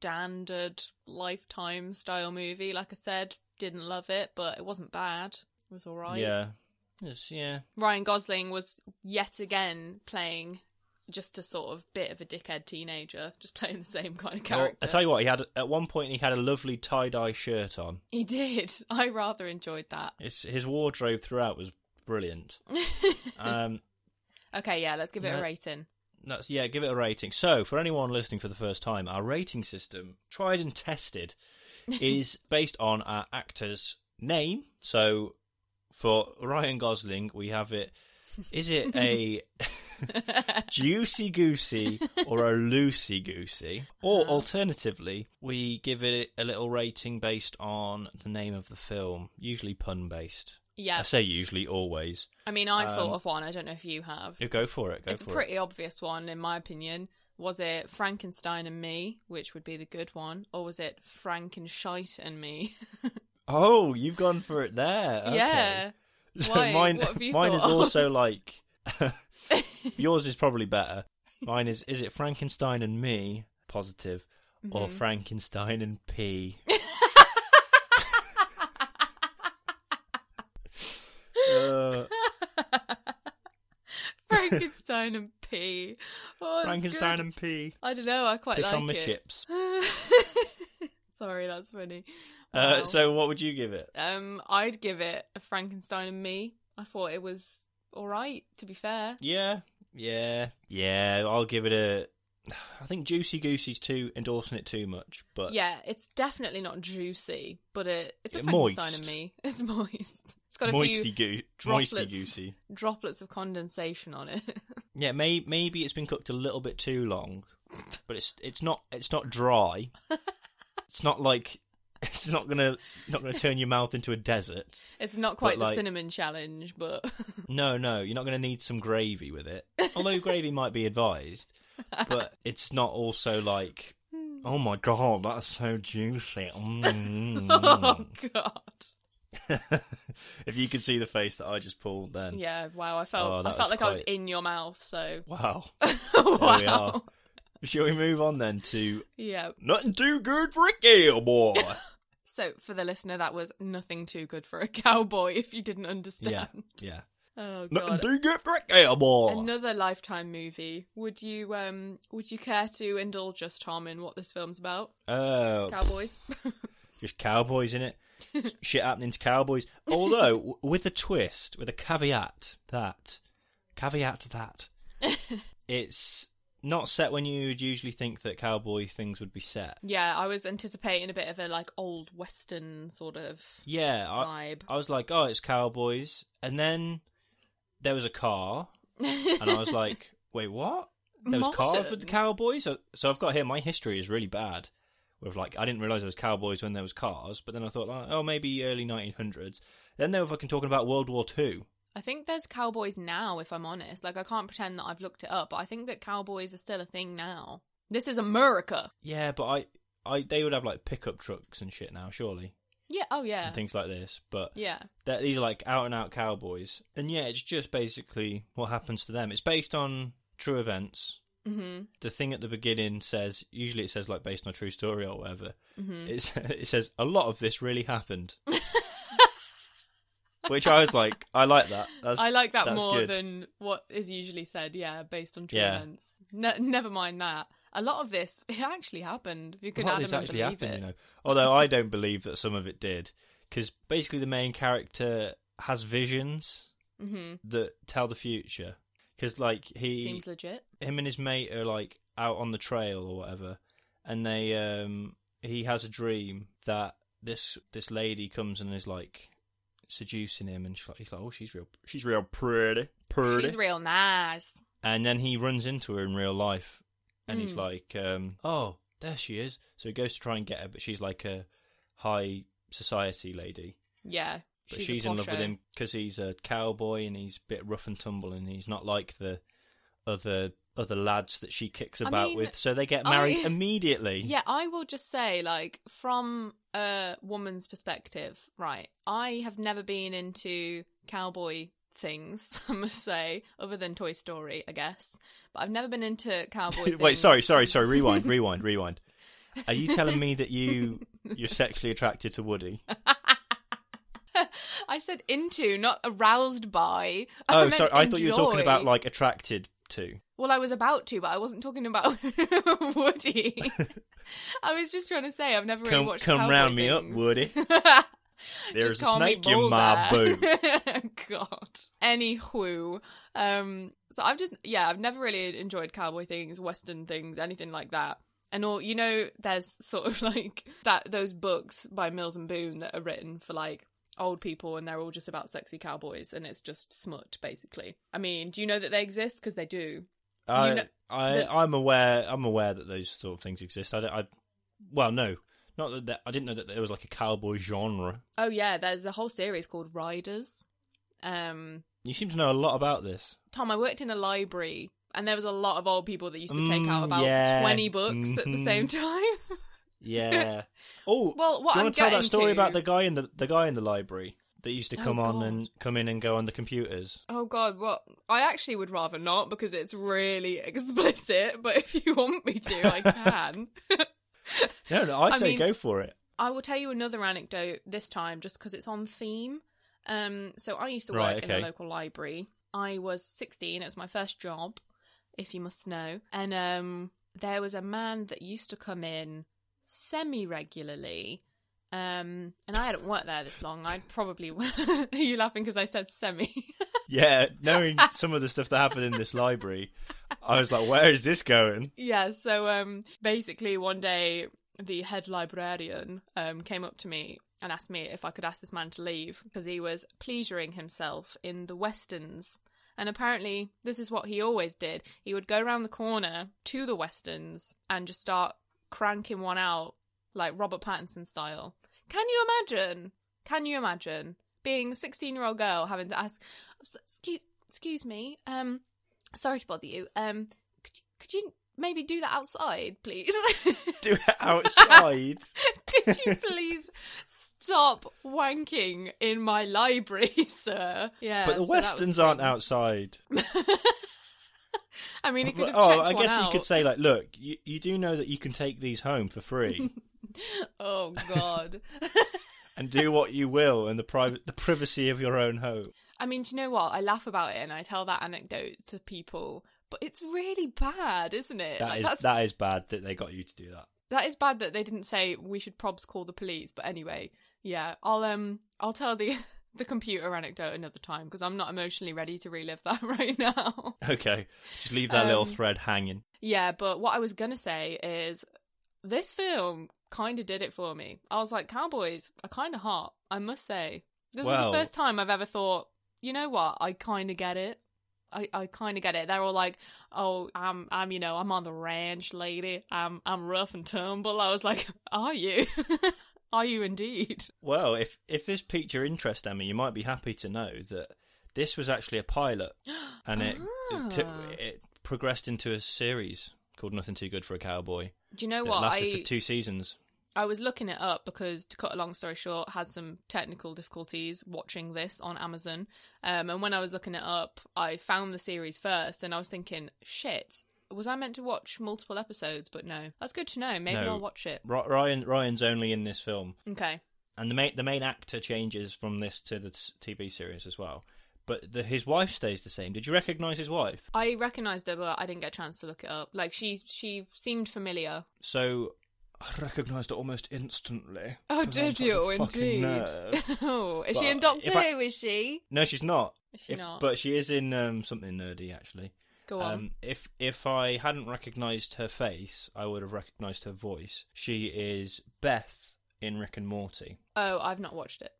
standard lifetime style movie. Like I said, didn't love it, but it wasn't bad. It was all right.
Yeah, It's- yeah.
Ryan Gosling was yet again playing just a sort of bit of a dickhead teenager, just playing the same kind of
Well, I
character.
tell you what, he had at one point he had a lovely tie dye shirt on.
he did. I rather enjoyed that.
His his wardrobe throughout was brilliant. um,
Okay, yeah, let's give it
Yeah.
a rating.
that's yeah. Give it a rating. So for anyone listening for the first time, our rating system, tried and tested, is based on our actor's name. So for Ryan Gosling, we have it. Is it a juicy goosey or a loosey goosey? Or
Uh-huh.
alternatively, we give it a little rating based on the name of the film, usually pun based.
Yeah.
I say usually, always.
I mean, I
um,
thought of one. I don't know if you have.
Yeah, go for it. Go
it's a
for
pretty
it.
obvious one, in my opinion. Was it Frankenstein and me, which would be the good one, or was it Frankenshite and me?
Oh, you've gone for it there. Okay.
yeah,
So
Why?
mine,
What have you
mine is
thought?
also like yours is probably better. Mine is is it Frankenstein and me positive or
Mm-hmm.
Frankenstein and P? Uh,
Frankenstein and P. Oh, that's
Frankenstein
good.
and P.
I don't know. I quite
Fish
like
on my
it.
chips.
Sorry, that's funny.
Uh,
Wow.
So, what would you give it?
um, I'd give it a Frankenstein and me. I thought it was all right. To be fair,
Yeah, yeah, yeah. I'll give it a. I think Juicy Goosey's too endorsing it too much, but
yeah, it's definitely not juicy, but it, it's a
Yeah,
Frankenstein
moist.
and me. It's moist. It's got a few
moisty goo, moisty
droplets.
goosey.
droplets of condensation on it.
Yeah, may, maybe it's been cooked a little bit too long, but it's it's not it's not dry. it's not like it's not gonna not gonna turn your mouth into a desert.
it's not quite
like-
the cinnamon challenge, but
No, no, you're not gonna need some gravy with it. Although gravy might be advised, but it's not also like. Oh my god, that's so juicy! Mm.
oh god,
if you could see the face that I just pulled, then
yeah, wow. I
Oh,
felt
that
I
was
felt like I was
quite-
in your mouth. So
wow, there we are.
wow,
Shall we move on then to
yeah.
nothing too good for a cowboy?
So for the listener, that was nothing too good for a cowboy. If you didn't
yeah,
understand,
yeah.
oh
Nothing
god.
too good for a cowboy.
Another lifetime movie. Would you um would you care to indulge us, Tom, in what this film's about?
Oh,
Cowboys.
just cowboys in it. Shit happening to cowboys. Although w- with a twist, with a caveat that, caveat that, it's not set when you would usually think that cowboy things would be set.
yeah, I was anticipating a bit of a like old western sort of
Yeah, I,
vibe.
I was like, oh, it's cowboys, and then there was a car, and I was like, wait, what? There was cars with the
Modern.
cowboys. So, so I've got here. My history is really bad. With like, I didn't realize there was cowboys when there was cars, but then I thought, like, oh, maybe early 1900s. Then they were fucking talking about World War Two.
I think there's cowboys now, if I'm honest. Like, I can't pretend that I've looked it up, but I think that cowboys are still a thing now. This is America.
Yeah, but I, I, they would have like pickup trucks and shit now, surely,
Yeah. Oh, yeah.
and things like this. But
Yeah.
that these are like out and out cowboys, and yeah, it's just basically what happens to them. It's based on true events.
Mm-hmm.
the thing at the beginning says usually it says like based on a true story or whatever.
Mm-hmm.
It's, it says a lot of this really happened. Which I was like, I like that. That's,
I like that
that's
more
good.
than what is usually said, yeah, based on true
Yeah.
events. Ne- never mind that. A lot of this, it actually happened. If you could
Well,
Adam
this
and
actually
believe
happened,
it.
you know. Although I don't believe that some of it did, because basically the main character has visions that tell the future. Because like he,
Mm-hmm. Seems legit.
him and his mate are like out on the trail or whatever, and they, um, he has a dream that this this lady comes and is like seducing him, and she's like, he's like, oh, she's real, she's real pretty, pretty,
She's real nice.
and then he runs into her in real life and he's like um, oh there she is so he goes to try and get her but she's like a high society lady
Yeah.
but
a
she's, in love with
posho.
him because he's a cowboy and he's a bit rough and tumble and he's not like the other other lads that she kicks
I
about
mean,
with so they get
I-
married immediately
Yeah, I will just say, like, from a woman's perspective, right, I have never been into cowboy things, I must say, other than Toy Story, I guess. But I've never been into cowboy things.
wait sorry sorry sorry rewind rewind rewind are you telling me that you you're sexually attracted to woody
I said into, not aroused by. I
oh
meant
sorry i thought you were talking
enjoy.
about like attracted to
Well, I was about to, but I wasn't talking about Woody. I was just trying to say I've never really
come
watched
come
cowboy
round me up
things.
woody There's
Just
a
call me
snake in my
Bullseye.
boot.
God. Anywho, um, so I've just yeah, I've never really enjoyed cowboy things, western things, anything like that. And all you know, there's sort of like that those books by Mills and Boone that are written for like old people, and they're all just about sexy cowboys, and it's just smut basically. I mean, do you know that they exist? Because they do.
I,
You know-
I,
the-
I'm aware. I'm aware that those sort of things exist. I, don't- I well, no, not that, that- I didn't know that there was like a cowboy genre.
Oh yeah, there's a whole series called Riders. Um,
You seem to know a lot about this.
Tom, I worked in a library and there was a lot of old people that used to take out
Mm,
about
yeah.
20 books at the
Mhm.
same time.
Yeah. oh,
Well, what
do you
I'm
want to tell
getting
that story
to-
about the guy in the the guy in the library that used to
Oh,
come on
God.
and come in and go on the computers?
oh god, what? I actually would rather not because it's really explicit, but if you want me to, I can.
No, no, I
I
say
mean-
go for it.
I will tell you another anecdote this time just because it's on theme. Um, so I used to work
Right,
in
okay.
a local library. I was 16, it was my first job, if you must know. And um, there was a man that used to come in semi regularly. Um, and I hadn't worked there this long. I'd probably. Are you laughing because I said semi?
Yeah, knowing some of the stuff that happened in this library, I was like, where is this going?
Yeah, so um basically one day the head librarian um came up to me and asked me if I could ask this man to leave because he was pleasuring himself in the westerns. And apparently this is what he always did. He would go round the corner to the westerns and just start cranking one out like Robert Pattinson style. Can you imagine? Can you imagine being a 16-year-old girl having to ask "S- excuse, excuse me, um sorry to bother you. Um could you, could you maybe do that outside, please?
Do it outside.
could you please stop wanking in my library, sir? Yeah.
but the
so that was
westerns
the
aren't
thing.
outside.
I mean, he could have
Well,
checked
oh, I
one
guess
out.
you could say like, look, you, you do know that you can take these home for free
Oh God.
and do what you will in the private, the privacy of your own home.
I mean, do you know what? I laugh about it and I tell that anecdote to people, but it's really bad, isn't it?
That
Like,
is
that's
that is bad that they got you to do that.
That is bad that they didn't say we should probs call the police. But anyway, yeah, I'll um I'll tell the the computer anecdote another time because I'm not emotionally ready to relive that right now.
Okay, just leave that little
Um,
thread hanging.
yeah, but what I was gonna say is this film kind of did it for me. I was like, cowboys are kind of hot. I must say, this is
Well-
the first time I've ever thought. You know what? I kind of get it. I, I kind of get it. They're all like, "Oh, I'm I'm you know I'm on the ranch, lady. I'm I'm rough and tumble." I was like, "Are you? are you indeed?"
Well, if if this piqued your interest, Emma, you might be happy to know that this was actually a pilot, and it it, took-
Ah.
it progressed into a series called Nothing Too Good for a Cowboy.
Do you know
It
what?
lasted
I
for two seasons.
I was looking it up because, to cut a long story short, had some technical difficulties watching this on Amazon. Um, and when I was looking it up, I found the series first, and I was thinking, shit, was I meant to watch multiple episodes? But no, that's good to know. Maybe
No.
I'll watch it.
Ri- Ryan Ryan's only in this film,
Okay.
and the main the main actor changes from this to the s- TV series as well. But the, his wife stays the same. Did you recognise his wife?
I recognised her, but I didn't get a chance to look it up. Like she, she seemed familiar.
So I recognised her almost instantly.
Oh,
'Cause I'm
did
such a
you
fucking
indeed?
nerd.
oh, is she
But
in Doctor
if I-
Who? Is she?
No, she's not.
Is she
If-
not?
But she is in um, something nerdy actually.
Go on.
Um, if if I hadn't recognised her face, I would have recognised her voice. She is Beth in Rick and Morty.
oh, I've not watched it.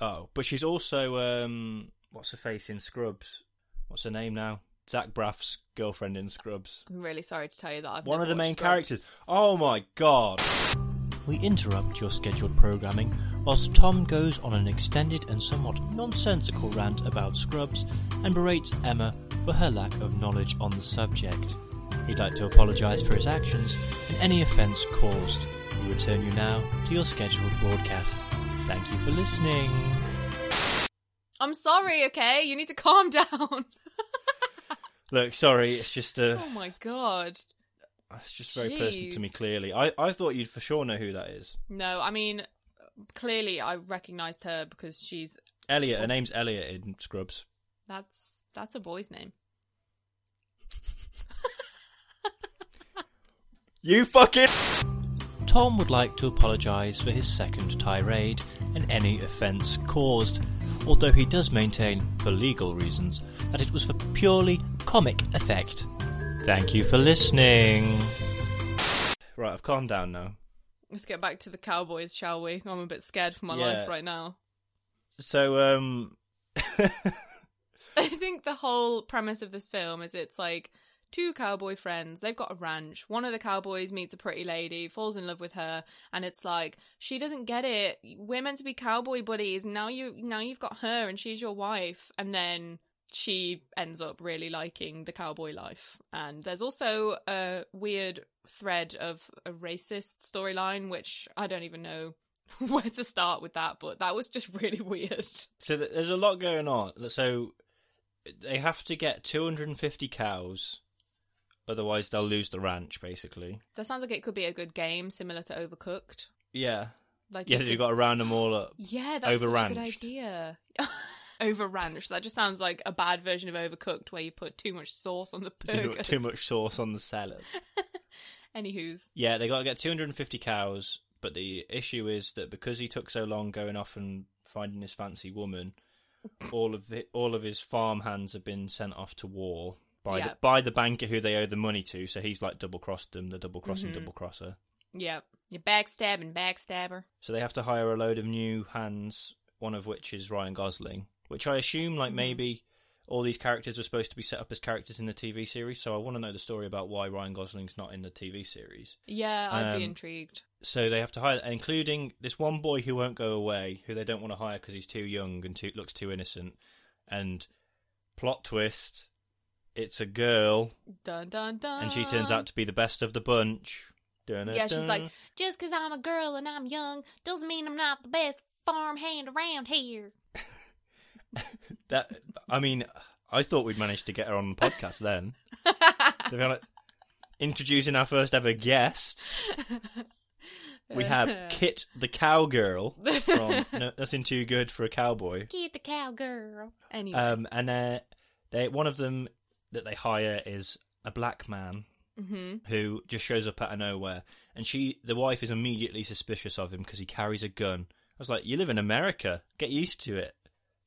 Oh, but she's also um, what's her face in Scrubs? What's her name now? Zach Braff's girlfriend in Scrubs.
I'm really sorry to tell you that I've
One of
never
the
watched
main
Scrubs.
characters. Oh my god. We interrupt your scheduled programming whilst Tom goes on an extended and somewhat nonsensical rant about Scrubs and berates Emma for her lack of knowledge on the subject. He'd like to apologise for his actions and any offence caused. We return you now to your scheduled broadcast. Thank you for listening.
I'm sorry. Okay, you need to calm down.
Look, sorry, it's just uh,
oh my god.
it's just very personal to me.
Jeez.
Clearly, I I thought you'd for sure know who that is.
No, I mean, clearly I recognised her because she's
Elliot. Her name's Elliot in Scrubs.
that's that's a boy's name.
You fucking. Tom would like to apologise for his second tirade and any offence caused, although he does maintain, for legal reasons, that it was for purely comic effect. Thank you for listening. Right, I've calmed down now.
Let's get back to the Cowboys, shall we? I'm a bit scared for my
Yeah.
life right now.
So, um.
I think the whole premise of this film is it's like two cowboy friends, they've got a ranch. One of the cowboys meets a pretty lady, falls in love with her, and it's like she doesn't get it. We're meant to be cowboy buddies. Now you now you've got her and she's your wife and then she ends up really liking the cowboy life. And there's also a weird thread of a racist storyline which I don't even know where to start with that, but that was just really weird.
So th- there's a lot going on. So they have to get 250 cows, otherwise they'll lose the ranch, basically.
That sounds like it could be a good game, similar to Overcooked.
Yeah.
Like
Yeah,
you
you've
could-
got to round them all up.
yeah, that's such a good
Overranched.
idea. Over ranch. That just sounds like a bad version of Overcooked, where you put too much sauce on the
Too,
burgers.
too much sauce on the salad.
Anywho's,
Yeah, they got to get 250 cows, but the issue is that because he took so long going off and finding his fancy woman, all of the, all of his farm hands have been sent off to war by the,
Yeah.
by the banker who they owe the money to. So he's like double crossed them, the double crossing double crosser.
yeah, you backstabbing backstabber.
So they have to hire a load of new hands, one of which is Ryan Gosling, which I assume like maybe all these characters were supposed to be set up as characters in the TV series. So I want to know the story about why Ryan Gosling's not in the TV series.
Yeah, I'd be
Um,
intrigued.
So they have to hire, including this one boy who won't go away, who they don't want to hire because he's too young and too, looks too innocent. And plot twist, it's a girl,
Dun dun dun.
and she turns out to be the best of the bunch. Dun-dun-dun.
Yeah, she's like, just because I'm a girl and I'm young doesn't mean I'm not the best farmhand around here.
that. I mean, I thought we'd managed to get her on the podcast then. To be honest, introducing our first ever guest, we have Kit the cowgirl from no, Nothing Too Good for a Cowboy.
Get the cowgirl. Anyway.
Um, and uh, they one of them that they hire is a black man
mm-hmm.
who just shows up out of nowhere, and she, the wife, is immediately suspicious of him because he carries a gun. I was like, "You live in America, get used to it.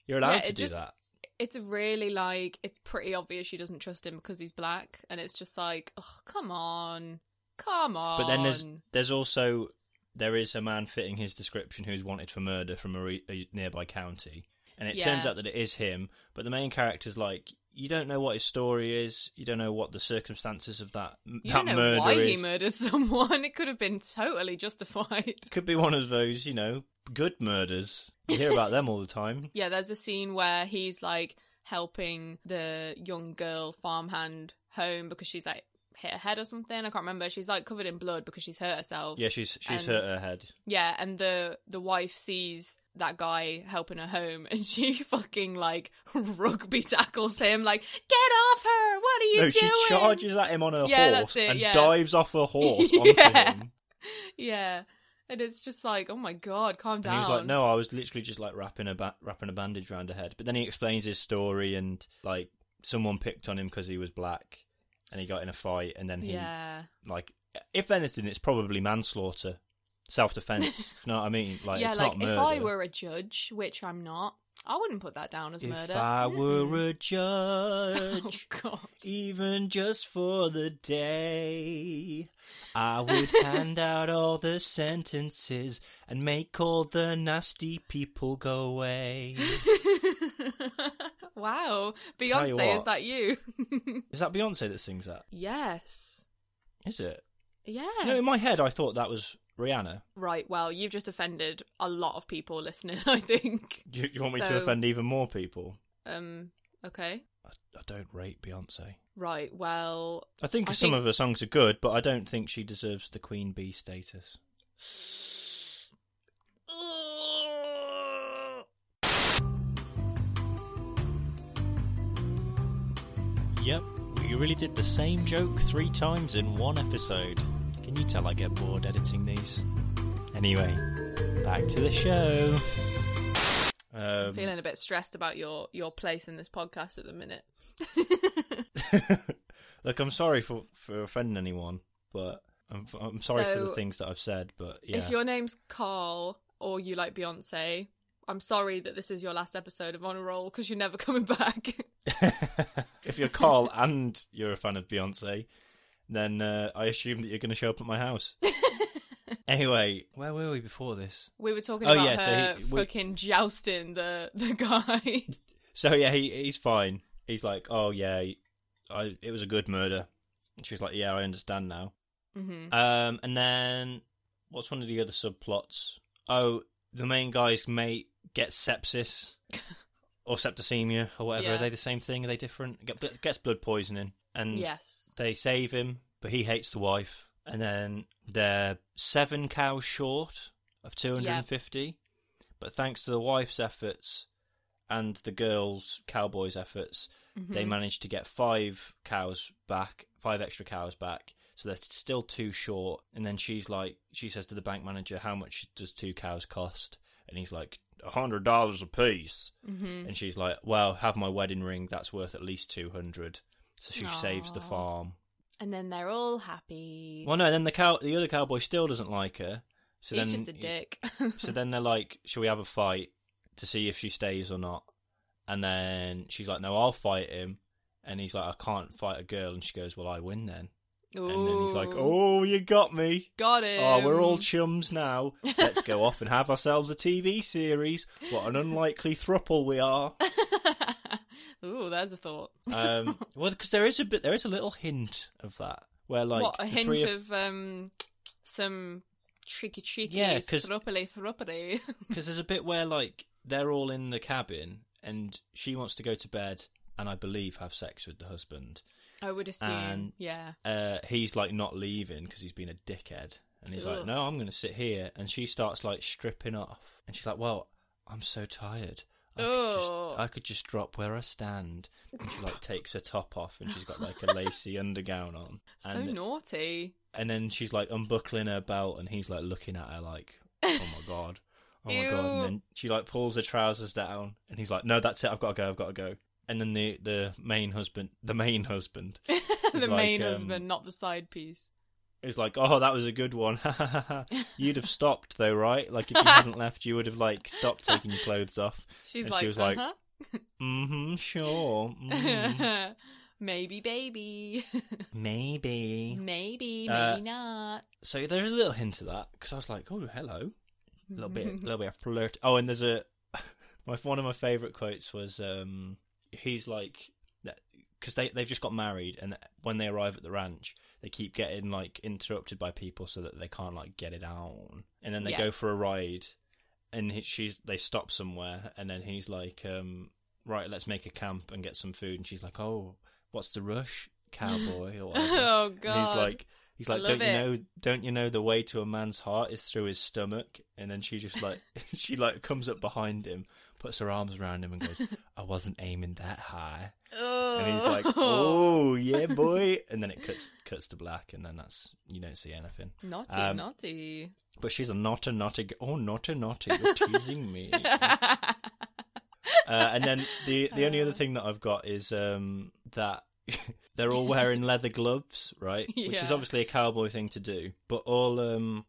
You're allowed
Yeah,
to
it
do
just-
that."
it's really like it's pretty obvious she doesn't trust him because he's black, and it's just like, oh, come on, come on.
But then there's there's also there is a man fitting his description who's wanted for murder from a, re- a nearby county, and it turns
Yeah.
out that it is him. But the main character's like, you don't know what his story is, you don't know what the circumstances of that
you
that
don't know
murder
why
is.
he murdered someone. It could have been totally justified.
Could be one of those, you know, good murders. You hear about them all the time.
Yeah, there's a scene where he's like helping the young girl farmhand home because she's like hit her head or something. I can't remember. She's like covered in blood because she's hurt herself.
Yeah, she's she's
And-
hurt her head.
Yeah, and the the wife sees that guy helping her home, and she fucking like rugby tackles him, like "Get off her! What What are you
no,
doing?
she charges at him on her
Yeah,
horse
that's it,
and
yeah.
dives off her horse onto
Yeah.
him.
Yeah, and it's just like, oh my god, calm
And
down.
he was like, "No, I was literally just like wrapping a ba- wrapping a bandage around her head." But then he explains his story and like someone picked on him because he was black, and he got in a fight, and then he
Yeah.
like, if anything, it's probably manslaughter, self defense. you know what I mean? Like,
yeah,
it's
like
not murder.
if I were a judge, which I'm not, I wouldn't put that down as
If
murder.
I were
Mm-mm.
a
Oh
judge,
god.
even just for the day, I would hand out all the sentences and make all the nasty people go away.
wow,
Tell you
Beyonce, is
what.
that you?
Is that Beyonce that sings that?
yes.
Is it?
Yeah.
No, in my head, I thought that was Rihanna.
Right. Well, you've just offended a lot of people listening. I think.
Do you, you want me to
So-
offend even more people?
Um. Okay.
I, I don't rate Beyonce.
Right. Well.
I think
I
some
think-
of her songs are good, but I don't think she deserves the Queen Bee status. Yep, we really did the same joke three times in one episode. Can you tell I get bored editing these? Anyway, back to the show. Um,
feeling a bit stressed about your your place in this podcast at the minute.
Look, I'm sorry for, for offending anyone, but I'm, I'm sorry for the
So,
things that I've said, but yeah.
If your name's Carl or you like Beyonce, I'm sorry that this is your last episode of On a Roll because you're never coming back.
if you're Carl and you're a fan of Beyonce, then uh, I assume that you're going to show up at my house. anyway, where were we before this?
we were talking
Oh,
about
yeah, so
her
he- we-
fucking jousting the the guy.
So yeah, he he's fine. He's like, oh yeah, I it was a good murder. And she's like, yeah, I understand now.
hmm
Um, and then what's one of the other subplots? Oh, the main guy's mate gets sepsis or septicemia or whatever.
Yeah.
Are they the same thing? Are they different? Get, gets blood poisoning and
Yes.
They save him, but he hates the wife. And then they're seven cows short of 250. But thanks to the wife's efforts and the girls' cowboys' efforts,
Mm-hmm.
they managed to get five cows back, five extra cows back. So they're still too short. And then she's like, she says to the bank manager, How much does two cows cost? And he's like, a hundred dollars a piece.
Mm.
Mm-hmm. And she's like, Well, have my wedding ring. That's worth at least 200. So she saves the
Aw.
farm.
And then they're all happy.
Well, no, then the cow, the other cowboy still doesn't like her. So
He's
then,
just a dick.
so then they're like, "Shall we have a fight to see if she stays or not?" And then she's like, "No, I'll fight him." And he's like, "I can't fight a girl." And she goes, "Well, I win then." And then he's like,
Ooh. Um.
"Oh, you got me."
Got it.
Oh, we're all chums now. Let's go off and have ourselves a TV series. What an unlikely thruple we are.
Ooh, there's a thought.
Um, well, because there is a bit, there is a little hint of that where like
what a
the
hint
three
of, um some tricky tricky
Yeah, 'cause-
thruppily thruppily.
Because there's a bit where like they're all in the cabin and she wants to go to bed and I believe have sex with the husband.
I would assume.
And-
yeah.
Uh, he's like not leaving because he's been a dickhead and he's like,
Ugh.
no, I'm going to sit here. And she starts like stripping off and she's like, well, I'm so tired. I could,
Ugh.
just, I could just drop where I stand. And she like takes her top off and she's got like a lacy undergown on.
so
And,
naughty.
and then she's like unbuckling her belt and he's like looking at her like oh my god oh my god and
Ew.
then she like pulls her trousers down and he's like no that's it i've got to go i've got to go and then the the main husband the main husband
the
like,
main
um,
husband, not the side piece.
is like oh that was a good one you'd have stopped though right like if you hadn't left you would have like stopped taking your clothes off
She's
and
like,
she was like
uh-huh.
mm-hmm sure mm,
maybe baby.
maybe
maybe, maybe
Mm. Uh,
not.
so there's a little hint of that because I was like, oh, hello, a little bit, a little bit of flirt. Oh, and there's a my one of my favorite quotes was um he's like because they they've just got married and when they arrive at the ranch they keep getting like interrupted by people so that they can't like get it out and then they
Yeah.
go for a ride and he, she's they stop somewhere and then he's like um right let's make a camp and get some food and she's like oh what's the rush cowboy or whatever.
Oh,
And he's
God.
like he's
I
like
love
don't you
it.
know don't you know the way to a man's heart is through his stomach and then she just like she like comes up behind him puts her arms around him and goes, I wasn't aiming that high.
Oh.
And he's like, Oh yeah, boy. And then it cuts cuts to black, and then that's you don't see anything.
Naughty,
Um,
naughty.
But she's a naughty, naughty. g- Oh, naughty, naughty! You're teasing me. uh, and then the the only other
Uh.
thing that I've got is um, that they're all wearing leather gloves, right? Which is
Yeah.
obviously a cowboy thing to do. But all um,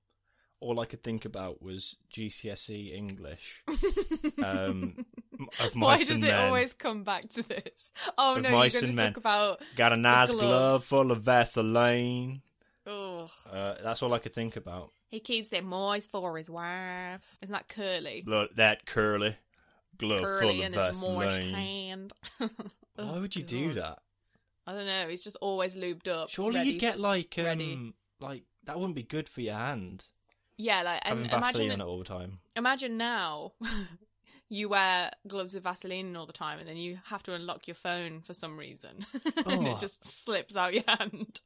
all I could think about was GCSE E English. Um, of mice
Why does it
and men.
always come back to this? Oh
Of
no, you're
mice
going to
and men.
talk about.
got a nice
glove.
glove. full of Vaseline?
Oh,
Uh, that's all I could think about.
he keeps it moist for his wife. Isn't that curly?
Look, that curly glove
curly
full of
in his moist
Vaseline.
hand. Oh,
Why would you do that?
I don't know. He's just always lubed up.
Surely
ready-
you'd get like um
ready.
like that wouldn't be good for your hand.
yeah, like and
having Vaseline on
imagine
it all the time.
imagine now you wear gloves with Vaseline all the time, and then you have to unlock your phone for some reason, and
Oh.
it just slips out your hand.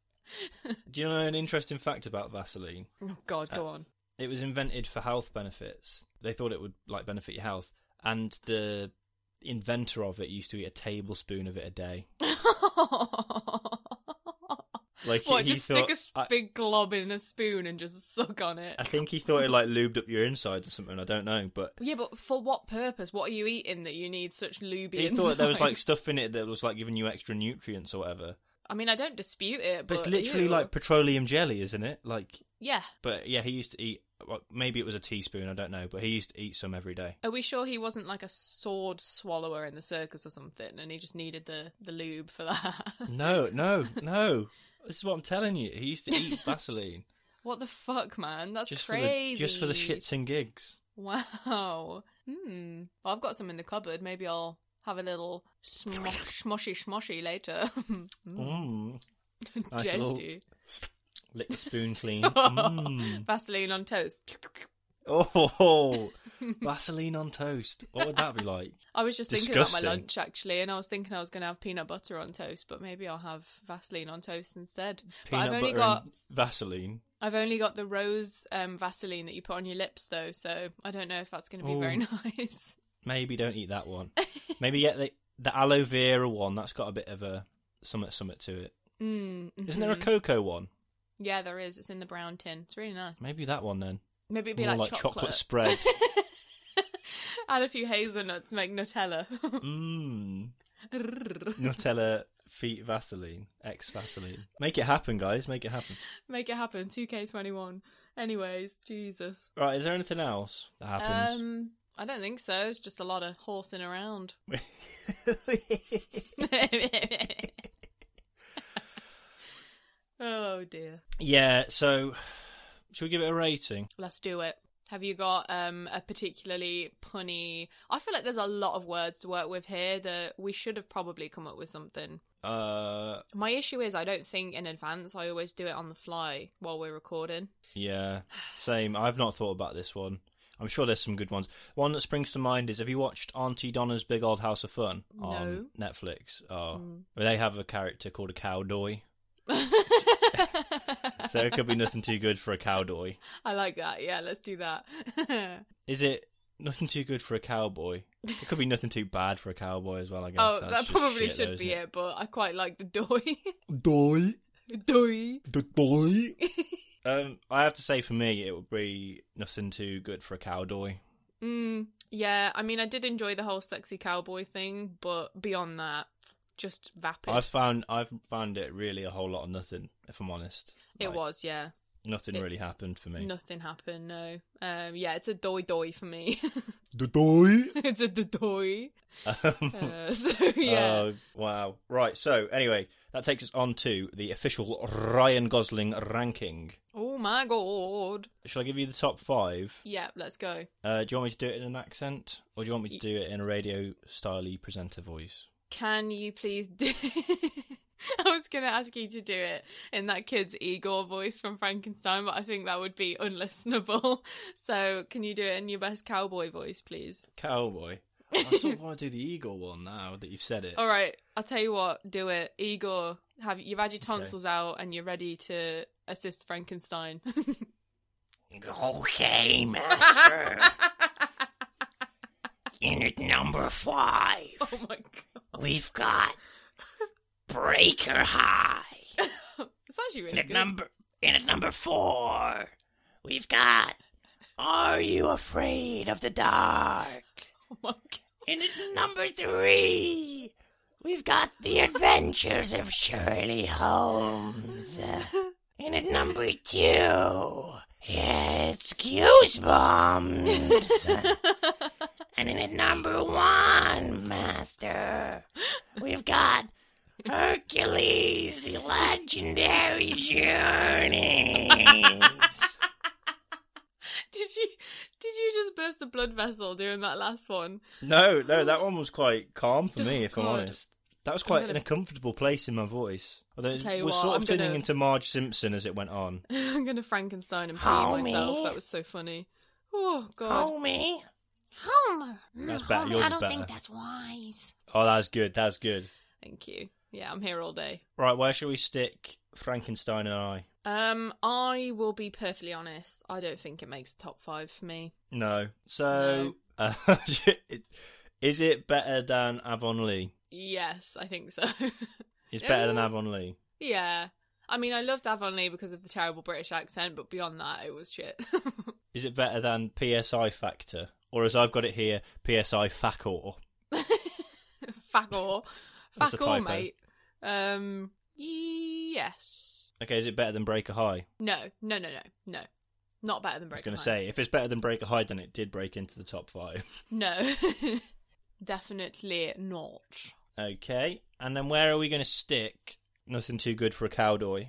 Do you know an interesting fact about Vaseline?
Oh God, go on.
It was invented for health benefits. They thought it would like benefit your health, and the inventor of it used to eat a tablespoon of it a day. Like
what?
he
Just
thought,
stick a s-
I-
big glob in a spoon and just suck on it.
I think he thought it like lubed up your insides or something. I don't know, but
Yeah, but for what purpose? What are you eating that you need such luby?
he thought there was like
insides?
stuff in it that was like giving you extra nutrients or whatever.
I mean, I don't dispute
But
it, but,
it's literally
ew.
like petroleum jelly, isn't it? Like
yeah.
But yeah, he used to eat. Well, maybe it was a teaspoon. I don't know. But he used to eat some every day.
Are we sure he wasn't like a sword swallower in the circus or something, and he just needed the the lube for that?
No, no, no. This is what I'm telling you. He used to eat Vaseline
what the fuck, man? That's
just
crazy.
for the just for the shits and gigs.
Wow. Hmm. Well, I've got some in the cupboard. Maybe I'll have a little smosh, smoshy smoshy later.
Mm. Nice little
Jesty.
lick the spoon clean. Mm.
Vaseline on toast.
Oh, Vaseline on toast. What would that be like?
I was just thinking about my
Disgusting.
lunch actually, and I was thinking I was going to have peanut butter on toast, but maybe I'll have Vaseline on toast instead. but
Peanut
I've only
butter
got
and Vaseline.
I've only got the rose um, Vaseline that you put on your lips though, so I don't know if that's going to be very nice.
Maybe don't eat that one. maybe get the the aloe vera one. That's got a bit of a summit summit to it.
Mm,
Isn't there a cocoa one?
Yeah, there is. It's in the brown tin. It's really nice.
Maybe that one then.
Maybe it'd be
More
like,
like
chocolate.
chocolate spread.
Add a few hazelnuts, make Nutella.
Mmm. Nutella feet Vaseline, ex Vaseline. Make it happen, guys. Make it happen.
make it happen. 2K21. Anyways, Jesus.
Right, is there anything else that happens?
Um, I don't think so. It's just a lot of horsing around. oh dear.
yeah, so should we give it a rating?
Let's do it. Have you got um, a particularly punny? I feel like there's a lot of words to work with here that we should have probably come up with something.
Uh,
My issue is I don't think in advance. I always do it on the fly while we're recording.
yeah, same. I've not thought about this one. I'm sure there's some good ones. One that springs to mind is Have you watched Auntie Donna's Big Old House of Fun on Netflix? Oh,
Mm.
they have a character called a cowdoy. so it could be nothing too good for a cowdoy.
I like that. Yeah, let's do that.
Is it nothing too good for a cowboy? It could be nothing too bad for a cowboy as well, I guess.
oh,
That's
that
just
probably
shit,
should
though,
be
isn't
it? but I quite like the doy.
Doy,
doy.
the doy.
Um, I have to say, for me, it would be nothing too good for a cowboy.
Mm, yeah, I mean, I did enjoy the whole sexy cowboy thing, but beyond that, just vapid.
I've found I've found it really a whole lot of nothing, if I'm honest.
It
Like,
was, yeah.
nothing
it-
really happened for me.
Nothing happened, no. Um, yeah, it's a doy doy for me.
The doy.
it's a doy.
Um,
Uh, so, yeah.
oh, wow. Right. So anyway, that takes us on to the official Ryan Gosling ranking.
oh my god.
Shall I give you the top five?
Yeah, let's go.
Uh, do you want me to do it in an accent, or do you want me to do it in a radio styley presenter voice?
Can you please do. I was going to ask you to do it in that kid's Igor voice from Frankenstein, but I think that would be unlistenable. So, can you do it in your best cowboy voice, please?
Cowboy. I sort of want to do the eagle one now that you've said it.
All right, I'll tell you what. Do it, Igor. Have you've had your tonsils out and you're ready to assist Frankenstein?
Okay, master.
In at number five,
Oh my god.
we've got Breaker High.
It's actually
In
really
at
good.
number in at number four, we've got Are You Afraid of the Dark?
Oh my god.
In at number three, we've got The Adventures of Shirley Holmes. In at number two, it's Goosebumps. and in at number one, Master, we've got Hercules, the legendary journeys.
Did you did you just burst a blood vessel doing that last one?
No, no, that one was quite calm for me, if I'm
God.
honest. That was quite
gonna-
in a comfortable place in my voice. Although it
tell you
was
what,
sort of
I'm
turning
gonna-
into Marge Simpson as it went on.
I'm gonna Frankenstein and pee
Homie.
myself. That was so funny. Oh god.
Homie,
Homer.
That's better. Yours
I
is
don't
better.
think that's wise.
Oh, that's good. That's good.
Thank you. Yeah, I'm here all day.
Right, where shall we stick Frankenstein and I?
Um, I will be perfectly honest. I don't think it makes the top five for me.
No. So, uh, is it better than Avonlea?
Yes, I think so.
It's better than Avonlea.
yeah. I mean, I loved Avonlea because of the terrible British accent, but beyond that, it was shit.
Is it better than PSI Factor? Or as I've got it here, PSI Factor.
Fuck all.
That's
Fuck
a
all,
typo.
mate. Um, yes.
Okay, is it better than Breaker High?
No, no, no, no, no. Not better than
I was
Breaking
going to
High.
say, if it's better than Breaker High, then it did break into the top five.
No. Definitely not.
Okay, and then where are we going to stick? Nothing too good for a cowdoy.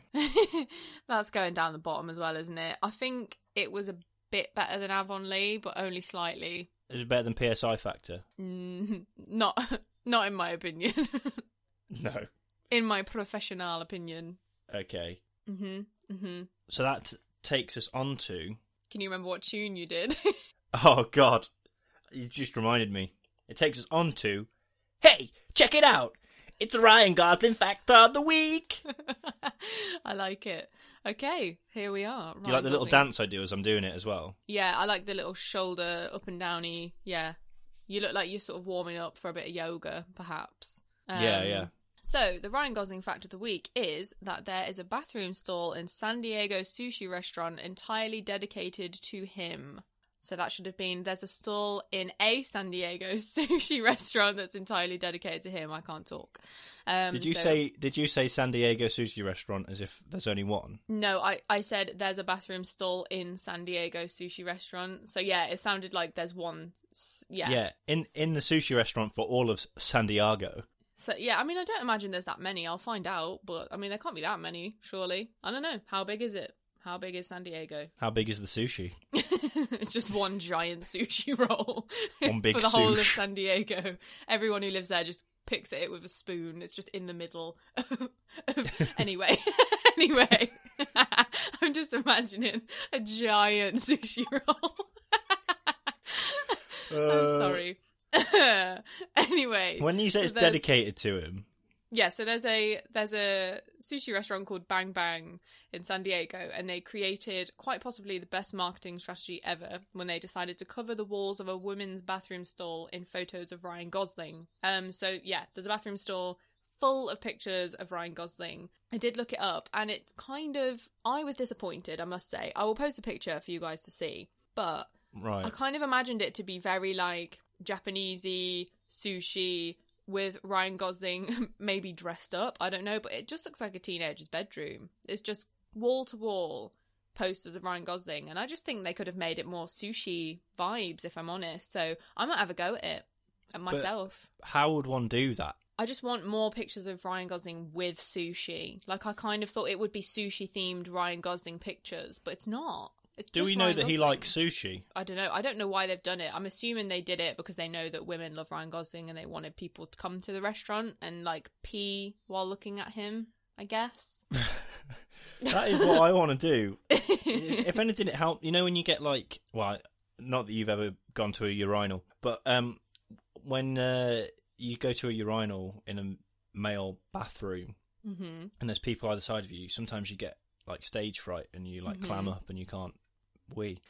That's going down the bottom as well, isn't it? I think it was a bit better than Avonlea, but only slightly.
Is it better than PSI Factor?
Mm, not, not in my opinion.
No.
in my professional opinion.
Okay,
Mhm. Mhm.
so that takes us on to.
Can you remember what tune you did?
Oh God, you just reminded me. It takes us on to. Hey, check it out! It's the Ryan Gosling Factor of the Week.
I like it. Okay, here we are.
do you like the little
dance?
dance I do as I'm doing it as well?
Yeah, I like the little shoulder up and downy. Yeah, you look like you're sort of warming up for a bit of yoga, perhaps. Um,
Yeah, yeah.
So the Ryan Gosling fact of the week is that there is a bathroom stall in San Diego sushi restaurant entirely dedicated to him. So that should have been there's a stall in a San Diego sushi restaurant that's entirely dedicated to him. I can't talk. Um,
Did you
so-
say? Did you say San Diego sushi restaurant as if there's only one?
no, I, I said there's a bathroom stall in San Diego sushi restaurant. So yeah, it sounded like there's one. s- Yeah.
yeah in in the sushi restaurant for all of San Diego.
So yeah, I mean, I don't imagine there's that many. I'll find out, but I mean, there can't be that many, surely. I don't know. How big is it? How big is San Diego?
How big is the sushi?
it's just one giant sushi roll
One big
for the whole of
sush.
San Diego. Everyone who lives there just picks at it with a spoon. It's just in the middle. anyway, anyway, I'm just imagining a giant sushi roll. I'm sorry. anyway,
Uh, When you say
so
it's
there's-
dedicated to him,
yeah, so there's a there's a sushi restaurant called Bang Bang in San Diego, and they created quite possibly the best marketing strategy ever when they decided to cover the walls of a women's bathroom stall in photos of Ryan Gosling. Um, so yeah, there's a bathroom stall full of pictures of Ryan Gosling. I did look it up, and it's kind of I was disappointed, I must say. I will post a picture for you guys to see, but I
right?
kind of imagined it to be very like Japanesey sushi with Ryan Gosling maybe dressed up. I don't know, but it just looks like a teenager's bedroom. It's just wall to wall posters of Ryan Gosling, and I just think they could have made it more sushi vibes, if I'm honest. So I might have a go at it at myself.
How would one do that?
I just want more pictures of Ryan Gosling with sushi. Like I kind of thought it would be sushi themed Ryan Gosling pictures, but it's not. It's
Do
just
we know
Ryan
that he
Gosling.
likes sushi?
I don't know. I don't know why they've done it. I'm assuming they did it because they know that women love Ryan Gosling and they wanted people to come to the restaurant and like pee while looking at him. I guess.
That is what I want to do. if anything, it helped. You know when you get like, well, not that you've ever gone to a urinal, but um, when uh, you go to a urinal in a male bathroom
hmm
and there's people either side of you,
Mm-hmm.
sometimes you get like stage fright and you like clam up and you can't wee.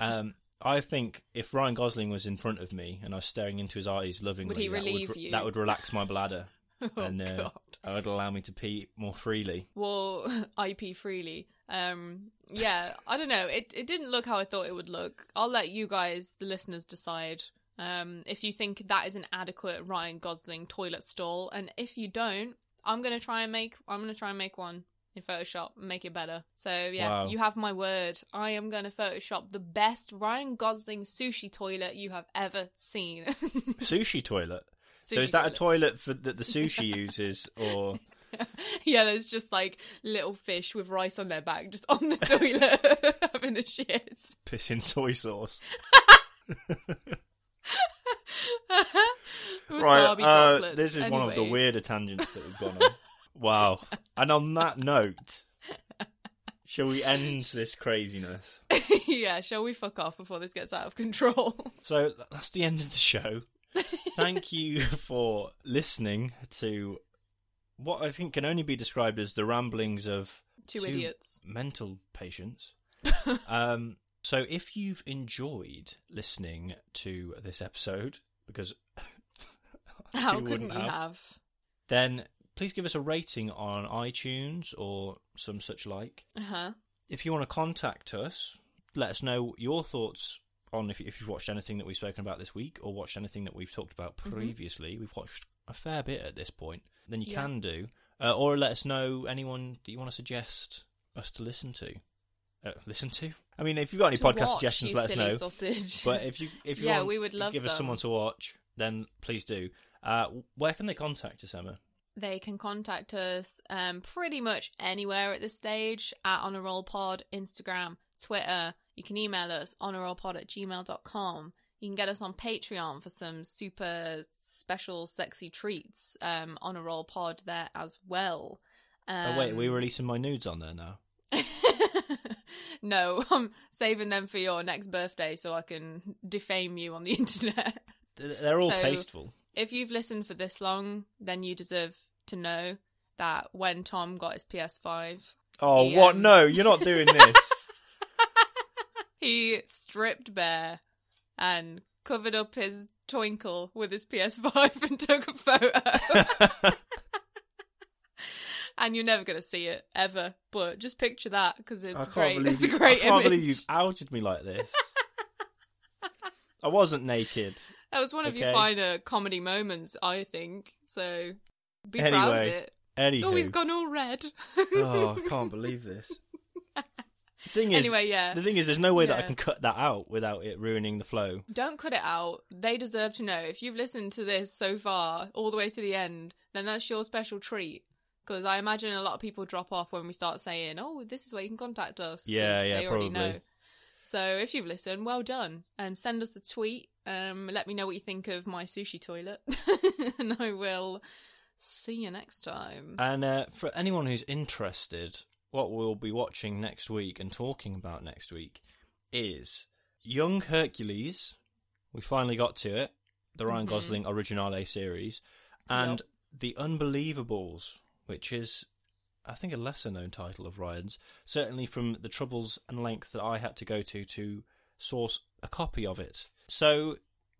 Um, I think if Ryan Gosling was in front of me and I was staring into his eyes lovingly,
Would he
that,
relieve
would,
you?
that would relax my bladder
Oh,
and uh,
God.
it would allow me to pee more freely.
Well, IP freely. Um, yeah, I don't know. It it didn't look how I thought it would look. I'll let you guys, the listeners, decide um, if you think that is an adequate Ryan Gosling toilet stall, and if you don't, I'm gonna try and make I'm gonna try and make one in Photoshop and make it better. So yeah,
Wow.
you have my word. I am gonna Photoshop the best Ryan Gosling sushi toilet you have ever seen.
Sushi toilet. so
Sushi
is that a toilet for that the sushi uses, or
Yeah, there's just like little fish with rice on their back, just on the toilet having a shit.
piss in soy sauce?
Wasabi
uh,
droplets.
this is one of the
Anyway,
weirder tangents that we've gone on. wow. And on that note, shall we end this craziness?
yeah, shall we fuck off before this gets out of control?
So th- that's the end of the show. Thank you for listening to what I think can only be described as the ramblings of
Two idiots.
mental patients. um, so if you've enjoyed listening to this episode, because
How
You
couldn't
wouldn't
you
have.
have?
then please give us a rating on iTunes or some such like.
Uh huh.
If you want to contact us, let us know your thoughts on if, if you've watched anything that we've spoken about this week or watched anything that we've talked about
Mm-hmm.
previously. We've watched a fair bit at this point. Then you
Yeah.
can do. Uh, or let us know anyone that you want to suggest us to listen to. Uh, listen to? I mean, if you've got any
To
podcast
watch,
suggestions,
you
let us
silly
know.
Sausage.
But if you if you
Yeah,
want
we would
to
love
give us
some.
someone to watch, then please do. Uh, where can they contact us, Emma?
They can contact us um, pretty much anywhere at this stage at On a Roll Pod, Instagram, Twitter. You can email us honorrollpod at gmail.com. You can get us on Patreon for some super special, sexy treats um, on a roll pod there as well. Um,
oh wait, we're releasing my nudes on there now.
no, I'm saving them for your next birthday so I can defame you on the internet.
Th- They're all
So-
tasteful.
if you've listened for this long, then you deserve to know that when Tom got his PS5,
Oh
he,
what?
um,
No, you're not doing this.
he stripped bare and covered up his twinkle with his PS5 and took a photo. and you're never going to see it ever, but just picture that because
I
it's
can't
great.
believe
It's a
you-
great
I can't
image.
believe you've outed me like this. I wasn't naked.
That was one of your
Okay.
finer comedy moments, I think. So be proud of
Anyway,
it.
Anywho.
Oh, he's gone all red.
Oh, I can't believe this. The thing is,
Anyway, yeah.
The thing is, there's no way that I
Yeah.
can cut that out without it ruining the flow.
Don't cut it out. They deserve to know. If you've listened to this so far, all the way to the end, then that's your special treat. Because I imagine a lot of people drop off when we start saying, oh, this is where you can contact us. 'cause
Yeah, yeah,
they
probably.
already know. So if you've listened, well done. And send us a tweet. Um, let me know what you think of my sushi toilet. and I will see you next time.
And uh, for anyone who's interested, what we'll be watching next week and talking about next week is Young Hercules. We finally got to it, the Ryan
Mm-hmm.
Gosling Originale series, and The Unbelievables, which is, I think, a lesser known title of Ryan's, certainly from the troubles and lengths that I had to go to to source a copy of it. So,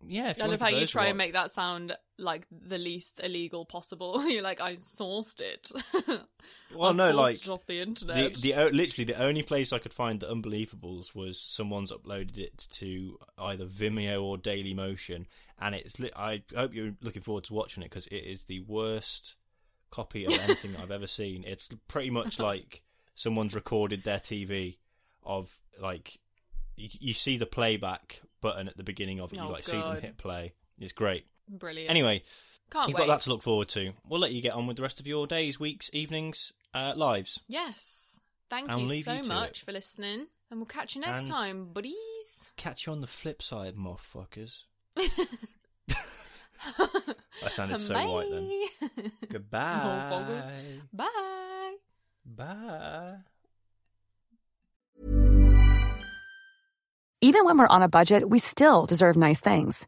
yeah, if
I
you're looking
love how
for
you
those to
try and
watch-
make that sound like the least illegal possible. You're like, I sourced it.
Well,
I
no,
sourced
like
it off the
the
internet.
the o- literally the only place I could find the Unbelievables was someone's uploaded it to either Vimeo or Daily Motion, and it's. Li- I hope you're looking forward to watching it because it is the worst copy of anything I've ever seen. It's pretty much like someone's recorded their TV of like you, you see the playback button at the beginning of it. You
Oh,
like see them
God.
hit play. It's great.
Brilliant.
Anyway,
can't
you've
wait.
got that to look forward to. We'll let you get on with the rest of your days, weeks, evenings, uh, lives.
yes. Thank
I'll
you
leave
so
you to
much
it.
for listening, and we'll catch you next
And-
time, buddies.
Catch you on the flip side, motherfuckers. I sounded so white then.
then.
Goodbye.
Motherfuckers. Bye.
Bye.
Even when we're on a budget, we still deserve nice things.